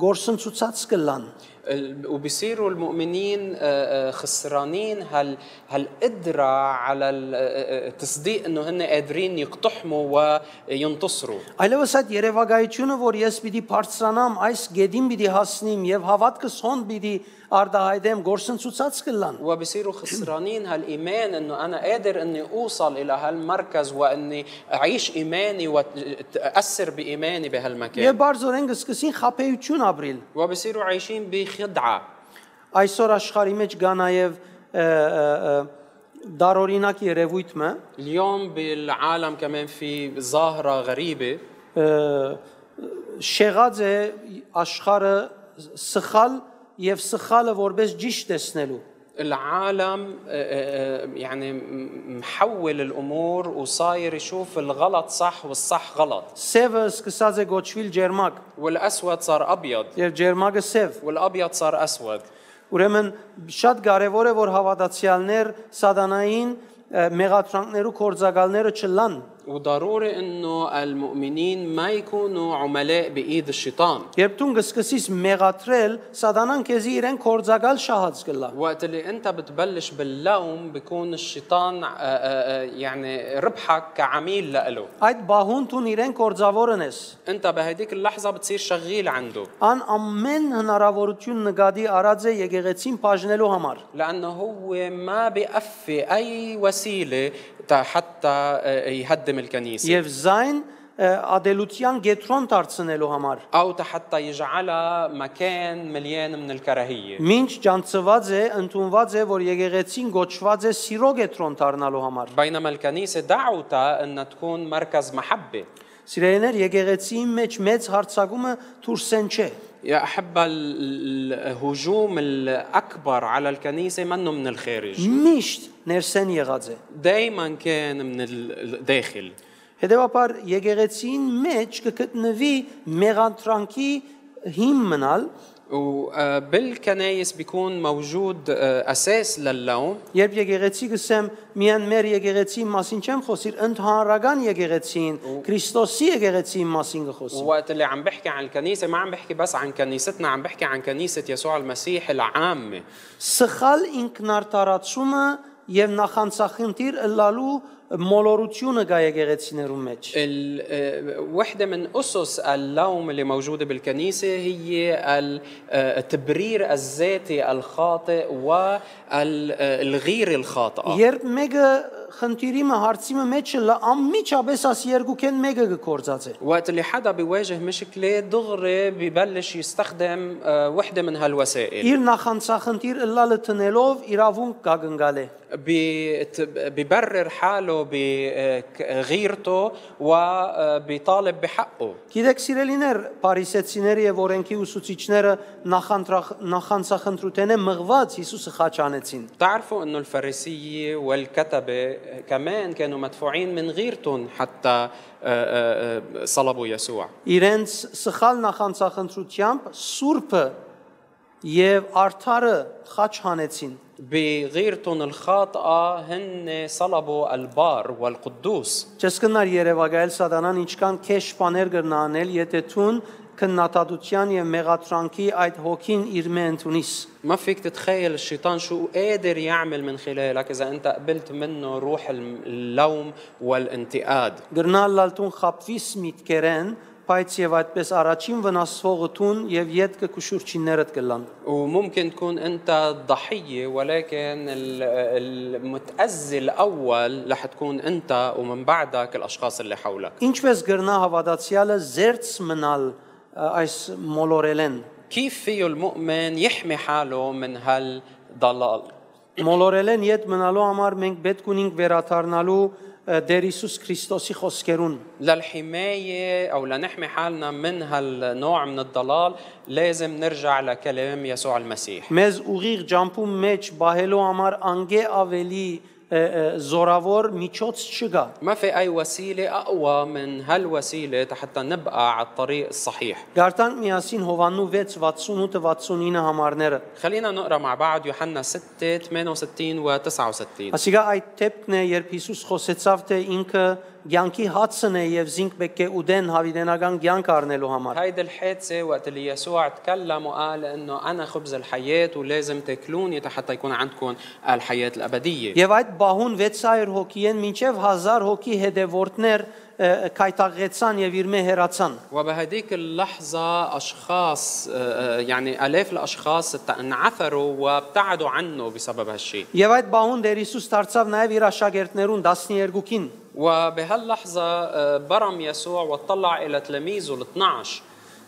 S1: գործընծուցած կլան։
S2: ال- وبصيروا المؤمنين آه، آه، خسرانين هال هالقدره على ال- آه، آه، تصديق انه هن قادرين يقتحموا وينتصروا
S1: Այլևս այդ երևակայությունը, որ ես պիտի բարձրանամ, այս գեդին պիտի հասնեմ եւ հավատքս հոն պիտի արդահայտեմ գործընծուցած կլան։
S2: وبصيروا خسرانين هالايمان انه انا قادر اني اوصل الى هالمركز واني اعيش ايماني واتاثر بايماني
S1: Եվ
S2: بهالمكان
S1: բարձորեն կսկսին խափեություն ապրիլ։
S2: وبصيروا عايشين بخدعه
S1: Այսօր աշխարհի մեջ կա նաև ը, ը, ը, դարօրինակ երևույթը,
S2: اليوم بالعالم كمان في ظاهره غريبه
S1: ը, շեղած է աշխարհը սխալ եւ սխալը որպես ճիշտ տեսնելու։
S2: العالم آه، آه، يعني م- محول الامور وصاير يشوف الغلط صح والصح غلط
S1: Սևը սկսած է գոչվել ջերմակ
S2: والاسود صار ابيض
S1: եւ ջերմակը սև։
S2: والابيض صار اسود
S1: Ուրեմն շատ կարեւոր է որ հավատացյալներ սատանային ը, մեղադրանքներու կորցակալները չլան
S2: وضروري انه المؤمنين ما يكونوا عملاء بايد الشيطان
S1: Երբ դու սկսես մեղատրել, սատանան քեզի իրեն կորցակալ շահած կլա։
S2: وقت اللي انت بتبلش باللوم بيكون الشيطان آه، آه، آه، يعني ربحك كعميل لإله
S1: Այդ բահուն դու իրեն կորձավորն ես։
S2: انت بهديك اللحظه بتصير شغيل عنده
S1: Ան ամեն հնարավորություն նկատի արած է եկեղեցին բաժնելու համար։
S2: لانه هو ما بيأفي اي وسيله تا- حتى آه، يهدم الكنيسه
S1: Եվ զայն ը, ադելության գետրոն դարձնելու համար։
S2: او حتى يجعلها مكان مليان من الكراهيه
S1: Մինչ ճանցված է, ընդունված է, որ եկեղեցին գոչված է սիրո գետրոն դառնալու համար։
S2: بينما الكنيسه دعوتها انها تكون مركز محبه
S1: Սիրելիներ, եկեղեցիի մեջ մեծ հարցակումը դուրսեն չէ։
S2: يا أحبة ال- الهجوم الأكبر على الكنيسة منه من الخارج
S1: Միշտ ներսեն եղած է։
S2: دايما كان من ال- الداخل
S1: Հետևաբար եկեղեցին մեջ կգտնվի մեղանդրանքի հին մնալ,
S2: وبالكنايس آه، بيكون موجود آه، أساس للوم
S1: Երբ եկեղեցի գսեմ, միայն մեր եկեղեցի մասին չեմ խոսիր, ընդհանրական եկեղեցին, Քրիստոսի եկեղեցի մասին կխոսեմ։
S2: وقت اللي عم بحكي عن الكنيسة ما عم بحكي بس عن كنيستنا عم بحكي عن كنيسة يسوع المسيح العامة
S1: Սխալ ինքնարտարացումը եւ նախանցախնդիր ըլլալու մոլորությունը կա եկեղեցիներում մեջ։
S2: ال- آه، وحدة من أسس اللوم اللي موجودة بالكنيسة هي ال- آه، التبرير الذاتي الخاطئ والغيرة الخاطئة
S1: Երբ մեկը խնդիրի մը հարցիմը մեջը լա ամիջապես աս երկուքեն մեկը կկործածե։
S2: وقت اللي حدا بيواجه مشكلة دغري ببلش يستخدم آه، وحدة من هالوسائل
S1: Իր նախանցախնդիր ըլլալը տնելով իրավունք կագնգալե։
S2: بيت- ببرر حاله بغيرته وبيطالب بحقه
S1: Գիտեք սիրելիներ, Փարիսեցիները եւ օրենքի ուսուցիչները նախանտրախ- նախանցախնդրութենե մղված Հիսուսը խաչանեցին։
S2: بتعرفوا انه الفريسية والكتبة كمان كانوا مدفوعين من غيرتهم حتى آه، آه، آه، صلبوا يسوع
S1: Իրենց սխալ նախանցախնդրությամբ Սուրբը եւ արդարը խաչ հանեցին։
S2: بغيرة الخاطئة هن صلبوا البار والقدوس
S1: Չսկնար Երևանայել սատանան ինչքան քեշ բաներ կնանել, եթե ցուն քննադատության եւ մեղատրանքի այդ հոգին իր մե ընդունիս։
S2: ما فيك تتخيل الشيطان شو قادر يعمل من خلالك إذا أنت قبلت منه روح اللوم والانتقاد
S1: Գրնալ լալտուն խապվիս միտքերեն, բայց եւ այդպես առաջին վնասվողը ցուն եւ յետ կկշուրջիներդ կլան։
S2: وممكن تكون أنت ضحية ولكن ال- المتأذي الأول رح تكون أنت ومن بعدك الأشخاص اللي حولك
S1: Ինչպես գրնա հավատացյալը զերծ մնալ ա, այս մոլորելեն։
S2: كيف فيه المؤمن يحمي حاله من هالضلال
S1: Մոլորելեն յետ մնալու համար մենք պետք ունենք վերաթարնալու ա, Տեր Հիսուս Քրիստոսի խոսքերուն։
S2: للحماية أو لنحمي حالنا من هالنوع من الضلال لازم نرجع لكلام يسوع المسيح
S1: Մեզ ուղիղ ջամփու մեջ բահելու համար անգե ավելի ա, ա, զորավոր միջոց չկա։
S2: ما في أي وسيلة أقوى من هالوسيلة حتى نبقى على الطريق الصحيح
S1: Գարտանք միասին Հովաննու 6:68-69 համարները։
S2: خلينا نقرأ مع بعض يوحنا 6 68 و 69
S1: Ասիկա այդ տեպքն է, երբ Հիսուս խոսեցավ, թե ինքը ցանկի հացն է եւ զինք պետք է ուդեն հավիտենական ցանկ առնելու համար։
S2: هيدي الحادثة وقت اللي يسوع تكلم وقال إنه أنا خبز الحياة ولازم تاكلوني حتى يكون عندكم الحياة الأبدية
S1: Եվ այդ բահուն 600 հոգի են մինչև 1000 հոգի հետևորդներ ը, կայտաղեցան եւ իր մե հերացան։
S2: وبهديك اللحظة أشخاص آه، آه، يعني آلاف الأشخاص ت- انعثروا وابتعدوا عنه بسبب هالشيء
S1: Եվ այդ բահուն դեր Հիսուս դարձավ նաեւ իր աշակերտներուն 12-ին։
S2: وبهاللحظة آه، برم يسوع واطلع إلى تلاميذه ال 12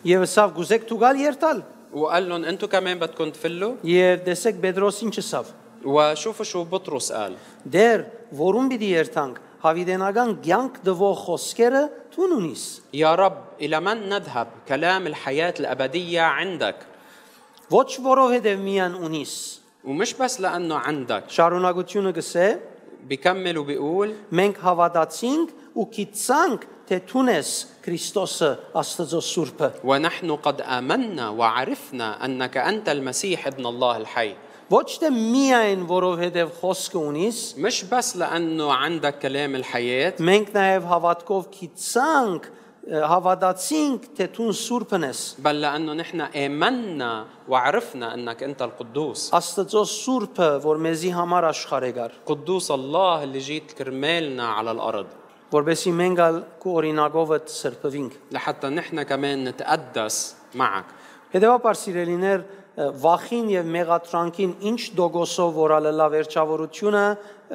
S1: Եվ ասավ գուզեք ցուգալ երթալ։
S2: وقال لهم أنتم كمان بدكم تفلوا
S1: Եվ տեսեք Պետրոսին չսավ։
S2: وشوفوا شو بطرس قال
S1: Դեր որում պիտի երթանք հավիտենական ցանկ դվող խոսքերը ցուն ունիս։
S2: يا رب إلى من نذهب كلام الحياة الأبدية عندك
S1: Ոչ որովհետև միան ունիս։
S2: ومش بس لأنه عندك
S1: Շարունակությունը գսե
S2: بكمل وبيقول
S1: մենք հավատացինք ու գիտանք թե ցունես Քրիստոսը Աստծո Սուրբը
S2: ونحن قد آمنا وعرفنا أنك أنت المسيح ابن الله الحي
S1: ոչ թե միայն որովհետև խոսքը ունիս
S2: مش بس لأنه عندك كلام الحياة
S1: մենք նաև հավատքով գիտանք հավատացինք թե ցուն Սուրբն ես
S2: بل لأنه نحن آمنا وعرفنا أنك أنت القدوس
S1: Աստծո Սուրբը որ մեզի համար աշխարհ եկար
S2: قدوس الله اللي جيت كرمالنا على الأرض
S1: որբեսի մենք ալ կօրինակովը սրբվինք
S2: لحتى نحن كمان نتقدس معك
S1: Հետևաբար սիրելիներ վախին եւ մեղատրանքին ինչ դոգոսով որալելա վերջավորությունը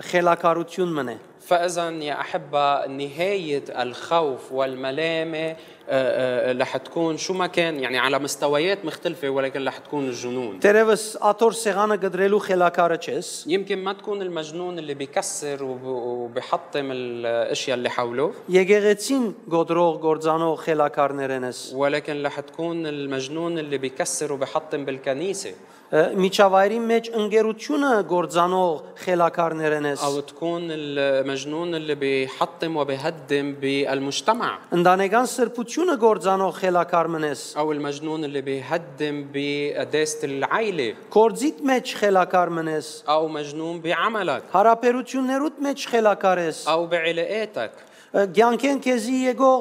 S1: խելակարություն մնե
S2: فإذا يا أحبة نهاية الخوف والملامة آه، آه، رح تكون شو ما كان يعني على مستويات مختلفة ولكن رح تكون الجنون
S1: Տերևս աթոր սեղանը գդրելու խելակարը չես։
S2: يمكن ما تكون المجنون اللي بيكسر وب- وبيحطم الاشياء اللي حوله
S1: Եկեղեցին գոդրող գործանող խելակարներն ես։
S2: ولكن رح تكون المجنون اللي بيكسر وبيحطم بالكنيسه
S1: ը, Միջավայրի մեջ ընկերությունը գործանող խելակարներն ես։
S2: او تكون المجنون اللي بيحطم وبيهدم بالمجتمع
S1: Ընդանեկան սրբությունը գործանող խելակարմն ես։
S2: او المجنون اللي بيهدم بقداسه العائله
S1: Կորձիդ մեջ խելակարմն ես։
S2: او مجنون بعملك
S1: Հարաբերություններուդ մեջ խելակար ես։
S2: او بعلاقاتك
S1: Գյանքեն քեզի եկող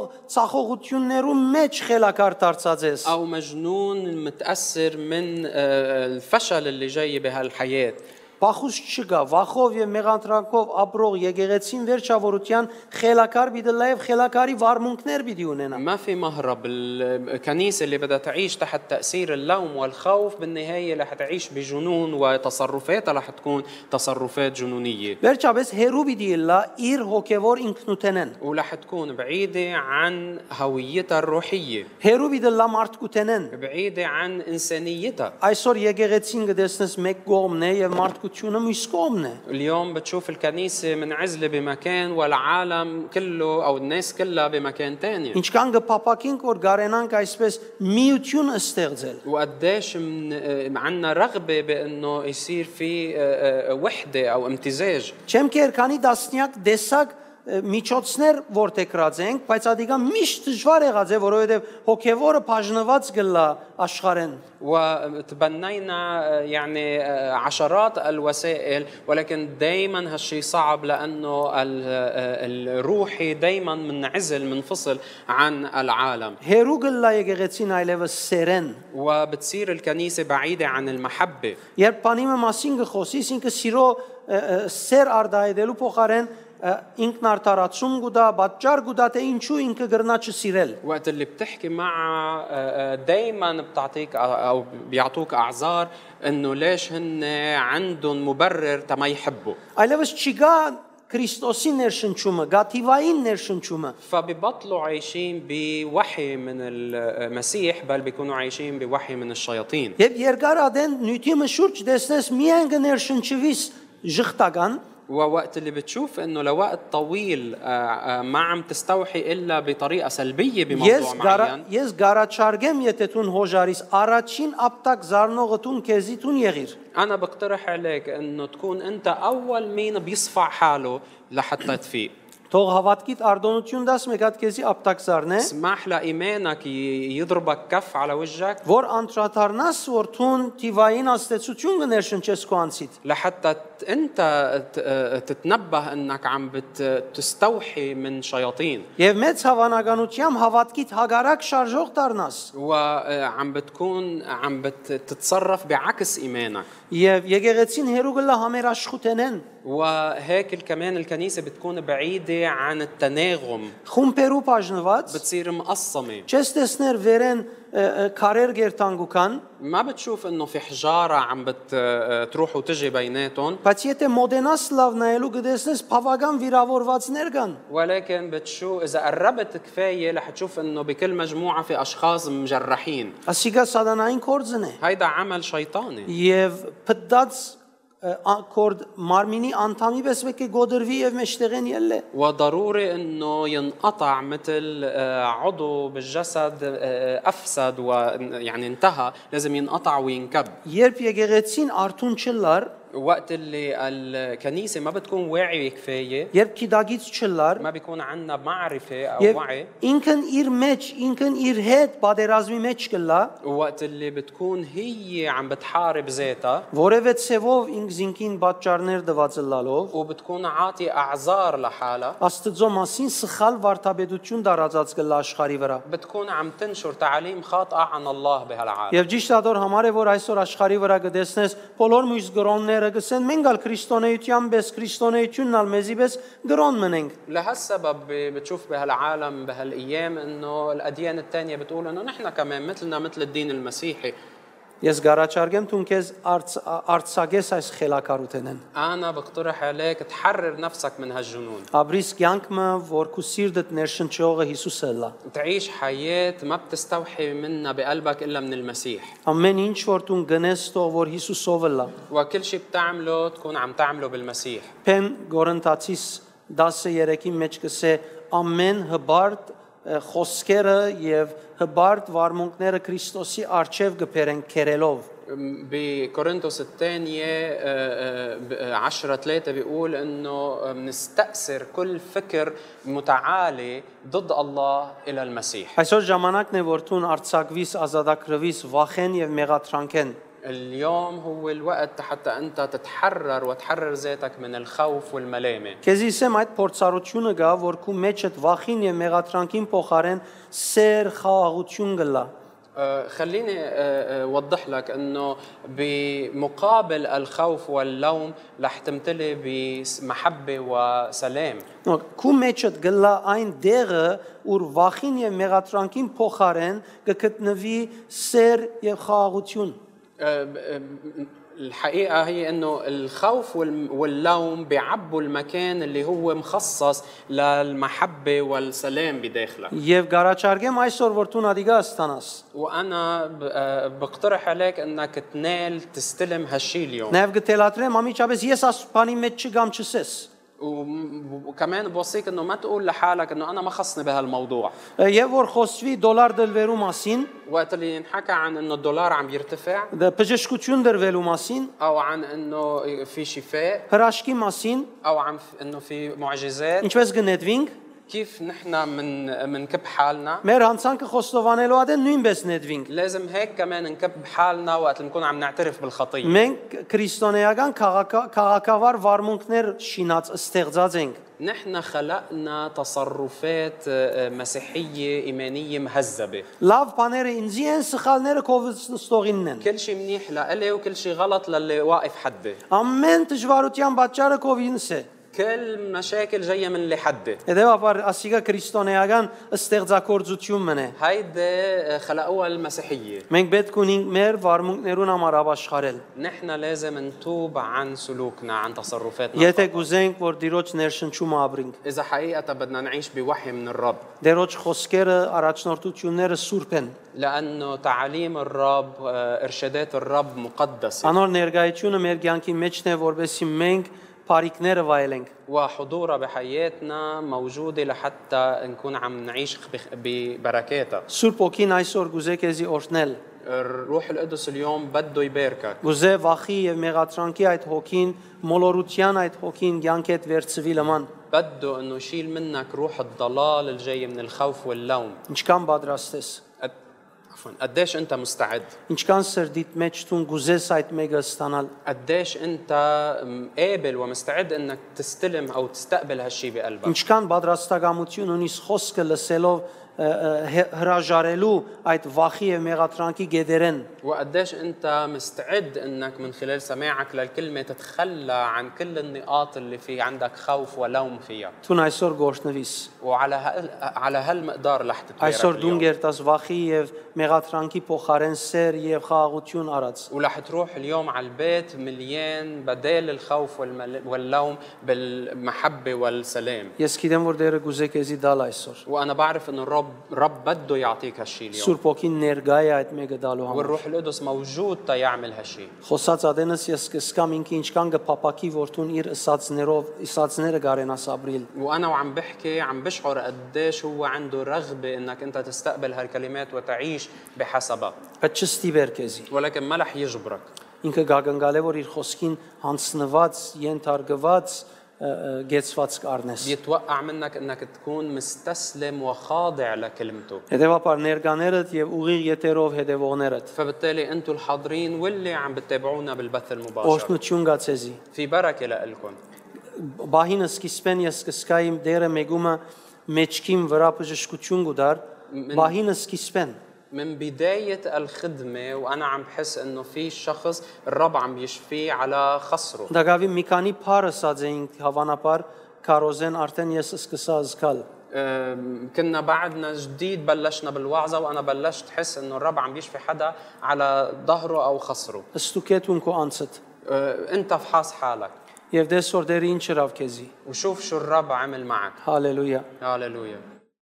S1: ցախողություններու մեջ խելակար դարձած ես։
S2: او مجنون متاثر من آه، الفشل اللي جاي بهالحياه
S1: Բախուս չկա, վախով եւ մեղանդրանքով ապրող եկեղեցին վերջավորության խելակար պիտի լավ խելակարի վարմունքներ պիտի ունենա։
S2: ما في مهرب الكنيسة اللي بدها تعيش تحت تأثير اللوم والخوف بالنهاية رح تعيش بجنون وتصرفاتها رح تكون تصرفات جنونية
S1: Վերջապես հերու պիտի լա իր հոգեվոր ինքնութենեն։
S2: ورح تكون بعيدة عن هويتها الروحية
S1: Հերու պիտի լա մարդկութենեն։
S2: بعيدة عن إنسانيتها
S1: Այսօր եկեղեցին գտեսնես մեկ կողմն է եւ մարդկությունը մյուս կողմն է։
S2: اليوم بتشوف الكنيسة منعزلة بمكان والعالم كله أو الناس كلها بمكان تاني
S1: Ինչքան կփապակինք որ գարենանք այսպես միություն ստեղծել։
S2: وقديش من عندنا رغبة بأنه يصير في آه، آه، وحدة أو امتزاج
S1: Չեմ կերքանի դասնյակ դեսակ ը, միջոցներ որտեգրած ենք, բայց ադիգա միշտ դժվար եղած է, որովհետև հոգևորը բաժնված գլա աշխարհեն։
S2: وتبنينا آه، يعني آه، عشرات الوسائل ولكن دائما هالشيء صعب لانه ال- آه، الروحي دائما منعزل منفصل عن العالم
S1: Հերու գլա եկեղեցին այլևս սերեն։
S2: وبتصير الكنيسه بعيده عن المحبه
S1: Երբ բանիմը մասին գխոսիս, ինքը սիրո ը, ը, սեր արդայելու փոխարեն ը, ինքն արտարացում գուտա, պատճառ գուտա, թե ինչու ինքը գրնա չսիրել։
S2: وقت اللي بتحكي معه دائما بتعطيك آه، او بيعطوك اعذار انه ليش هن عندهم مبرر تما يحبوا
S1: Այլևս չի գա Քրիստոսի ներշնչումը, գաթիվային ներշնչումը։
S2: فببطلوا عايشين بوحي من آه، المسيح بل بيكونوا عايشين بوحي من الشياطين
S1: Եվ երկար ադեն նյութի մշուրջ դեսնես միայն կներշնչվիս ժխտական,
S2: ووقت اللي بتشوف انه لوقت طويل آه، آه، ما عم تستوحي الا بطريقه سلبيه
S1: Ես
S2: بموضوع
S1: գարա
S2: معين
S1: ես գարաչարգեմ, եթե տուն հոժարիս առաջին ապտակ զառնողը տուն քեզի տուն եղիր։
S2: انا بقترح عليك انه تكون انت اول مين بيصفع حاله لحتى تفيق
S1: Թող հավատքիդ արդոնություն դաս մեկ հատ քեզի ապտակ զառնե,
S2: اسمح لايمانك ي- يضربك كف على وجهك
S1: որ անդրադառնաս որ տուն տիվային աստեցություն կներշնչես քո անցից։
S2: لحتى ت- انت ت- آه، تتنبه انك عم بتستوحي من شياطين
S1: Եվ մեծ հավանականությամբ հավատքիդ հագարակ շարժող դառնաս։
S2: وعم بتكون عم بتتصرف بعكس ايمانك
S1: Եվ եկեղեցին հերու գլա համերաշխութենեն,
S2: وهيك كمان الكنيسه بتكون بعيده عن التناغم
S1: խումբերու բաժնված,
S2: بتصير مقسمه
S1: չես տեսներ վերեն ը, ը, քարեր գերտանգուքան,
S2: ما بتشوف انه في حجاره عم بتروح وتجي بيناتهم
S1: բայց եթե մոդենաս լավ նայելու գտեսնես բավական վիրավորվածներ կան։
S2: ولكن بتشوف اذا قربت كفايه رح تشوف انه بكل مجموعه في اشخاص مجرحين
S1: Ասիկա սատանային կորձն է
S2: هيدا عمل شيطاني
S1: եւ փդած ը, ա- կորդ մարմինի անդամի պես պետք է գոդրվի եւ մեջտեղեն ելլե։
S2: وضروري انه ينقطع مثل آه، عضو بالجسد آه، افسد ويعني انتهى لازم ينقطع وينكب
S1: Երբ եկեղեցին արթուն չլար,
S2: وقت اللي الكنيسه ما بتكون واعيه كفايه
S1: երբ քիդագից չլար,
S2: ما بيكون عندنا معرفه او
S1: եւ
S2: وعي
S1: ինքն իր մեջ, ինքն իր հետ պատերազմի մեջ կլա,
S2: وقت اللي بتكون هي عم بتحارب ذاتها
S1: որևէ ցևով ինքզինքին պատճառներ դված լալով,
S2: وبتكون عاطي اعذار لحالها
S1: Աստծո մասին սխալ վարդապետություն դարածած կլա աշխարի վրա։
S2: بتكون عم تنشر تعاليم خاطئه عن الله بهالعالم
S1: Եվ ճիշտ ադոր համար է որ այսօր աշխարի վրա գտեսնես բոլոր մույս գրոնները գսեն մենք ալ քրիստոնեության պես քրիստոնեությունն ալ մեզի պես գրոն մնենք
S2: لهالسبب ب- بتشوف بهالعالم بهالايام انه الاديان الثانيه بتقول انه نحن كمان مثلنا مثل الدين المسيحي
S1: ես գարաչարգեմ ցուն քեզ արց- ա- արցագես այս խելակարութենեն
S2: انا بقترح عليك تحرر نفسك من هالجنون
S1: աբրիս կյանքը որ քու սիրտդ ներշնչողը Հիսուսը լա
S2: تعيش حياه ما بتستوحي منها بقلبك الا من المسيح
S1: ամեն ինչ որ ցուն գնես թող որ Հիսուսովը լա
S2: وكل شيء بتعمله تكون عم تعمله بالمسيح
S1: Փեն Գորընթացիս 13-ի մեջ կսե ամեն հբարտ ը, խոսքերը եւ հբարտ վարմունքները Քրիստոսի արչեւ գբերեն քերելով
S2: بكورنثوس الثانية آه، 10 3 بيقول انه بنستأثر كل فكر متعالي ضد الله الى المسيح
S1: Այսօր ժամանակն է որ ցուն արցակվիս, ազատագրվիս, վախեն եւ մեղատրանքեն։
S2: اليوم هو الوقت حتى انت تتحرر وتحرر ذاتك من الخوف والملامه
S1: Քեզ իսեմ այդ փորձառությունը գա, որ քու մեջդ վախին եւ մեղատրանքին փոխարեն սեր խաղաղություն գլա։
S2: آه، خليني آه، آه، اوضح لك انه بمقابل الخوف واللوم رح تمتلي بمحبه وسلام
S1: Նո, Քու մեջդ գլա այն դեղը, որ վախին եւ մեղատրանքին փոխարեն կգտնվի սեր եւ խաղաղություն։
S2: آه، ب- آه، الحقيقة هي انه الخوف والم- واللوم بيعبوا المكان اللي هو مخصص للمحبة والسلام بداخلك
S1: Եվ գարաչարգեմ այսօր որ տուն ադիգա ստանաս։
S2: وانا ب- آه، بقترح عليك انك تنال تستلم هالشي اليوم
S1: Նաև գտելատրեմ ամիջապես ես աստփանի մեջ չգամ չսես։
S2: و- وكمان بوصيك انه ما تقول لحالك انه انا ما خصني بهالموضوع
S1: Եվ որ խոսվի դոլար դրվելու մասին,
S2: وقت اللي ينحكى عن انه الدولار عم يرتفع
S1: դ- բժշկություն դրվելու մասին,
S2: او عن انه في شفاء
S1: հրաշքի մասին,
S2: او عن ف- انه في معجزات
S1: ինչպես գնետվինք,
S2: كيف نحن من منكب حالنا
S1: մեր հանցանքը խոստովանելու ադե նույնպես գնետվինք։
S2: لازم هيك كمان نكب حالنا وقت اللي نكون عم نعترف بالخطيه
S1: Մենք քրիստոնեական քաղաքա- քաղաքավար վարմունքներ շինած ստեղծած ենք։
S2: نحن خلقنا تصرفات آه، آه، مسيحيه ايمانيه مهذبه
S1: Լավ բաները ինձի են, սխալները կովստողինն են։
S2: كل شيء منيح لإلي وكل شيء غلط للي واقف حدي
S1: Ամեն դժվարության պատճառը կովինս է։
S2: كل مشاكل جايه من اللي حدي
S1: Հետևաբար ASCII-ը քրիստոնեական ստեղծագործությունն է։
S2: هيدي آه، خلقوها المسيحيه
S1: Մենք պետք ունենք մեր վարմունքներուն համար ապաշխարել։
S2: نحن لازم نتوب عن سلوكنا عن تصرفاتنا
S1: Եթե գուզենք, որ Տիրոջ ներշնչումը ապրենք,
S2: اذا حقيقه بدنا نعيش بوحي من الرب
S1: Տերոջ խոսքերը, առաջնորդությունները սուրբ են։
S2: لانه تعاليم الرب آه، ارشادات الرب مقدسه
S1: Անոր ներկայությունը մեր ցանկի մեջն է, որովհետեւ մենք բարիկները վայելենք։
S2: وحضورها بحياتنا موجوده لحتى نكون عم نعيش بخ- ببركاتها
S1: Սուրբ ոգին այսօր գուզե քեզի օրհնել։
S2: الروح القدس اليوم بده يباركك
S1: Գուզե վախի եւ մեղածրանքի այդ հոգին, մոլորության այդ հոգին ցանկետ վերցվի լման։
S2: بده انه يشيل منك روح الضلال الجاي من الخوف واللوم
S1: Ինչքան պատրաստ ես։
S2: قد- عفوا قديش انت مستعد
S1: Ինչքան սրդիդ մեջ ցուն գուզես այդ մեկը ստանալ։
S2: قديش انت م- قابل ومستعد انك تستلم او تستقبل هالشي بقلبك
S1: Ինչքան պատրաստակամություն ունիս խոսքը լսելով ը, ը, հե- հրաժարելու այդ վախի եւ մեղատրանքի գեդերեն։
S2: وقديش انت مستعد انك من خلال سماعك للكلمه تتخلى عن كل النقاط اللي في عندك خوف ولوم فيها
S1: Տուն այսօր գործնվիս։
S2: وعلى هال على هالمقدار رح تتبارك
S1: Այսօր դու
S2: اليوم.
S1: գերտաս վախի եւ մեղատրանքի փոխարեն սեր եւ խաղաղություն արած։
S2: ورح تروح اليوم على البيت مليان بدال الخوف والمل- واللوم بالمحبه والسلام
S1: Ես գիտեմ, որ Տերը գուզե քեզի դալ այսօր։
S2: وانا بعرف انه الرب الرب بده يعطيك هالشيء اليوم
S1: Սուրբ ոգին ներգայ է այդ մեկը դալու համար։
S2: والروح القدس موجود تيعمل هالشيء
S1: Խոսած ադենս ես կսկամ ինքը ինչքան կփապակի որթուն իր ըսածներով, իսածները գարենաս ապրիլ։
S2: وانا وعم بحكي عم بشعر قديش هو عنده رغبه انك انت تستقبل هالكلمات وتعيش بحسبها
S1: Այդ չստիվեր քեզի։
S2: ولكن ما رح يجبرك
S1: Ինքը գագնգալ է որ իր խոսքին հանցնված, ենթարկված, ը, ը, գեցված կառնես։
S2: بيتوقع منك انك تكون مستسلم وخاضع لكلمته
S1: Հետևաբար ներկաներդ եւ ուղիղ եթերով հետևողներդ
S2: فبالتالي انتم الحاضرين واللي عم بتتابعونا بالبث المباشر
S1: օրհնություն գա ցեզի։
S2: في بركه لكم
S1: Բահինը սկիզբեն ես կսկայիմ դերը մեգումը մեջքին վրա բժշկություն գուդար։ Բահինը սկիզբեն
S2: من بداية الخدمة وأنا عم بحس إنه في شخص الرب عم يشفيه على خصره
S1: դակավի մի քանի փարը սածեին հավանաբար կարոզեն արդեն ես սկսա զգալ։
S2: أم، كنا بعدنا جديد بلشنا بالوعظة وأنا بلشت حس إنه الرب عم يشفي حدا على ظهره أو خصره
S1: Ստուկետուն քո անցդ։
S2: أه، أنت فحاص حالك
S1: Եվ դեսոր դերը ինչ հրավ քեզի։
S2: وشوف شو الرب عمل معك
S1: Հալելույա։
S2: هاللويا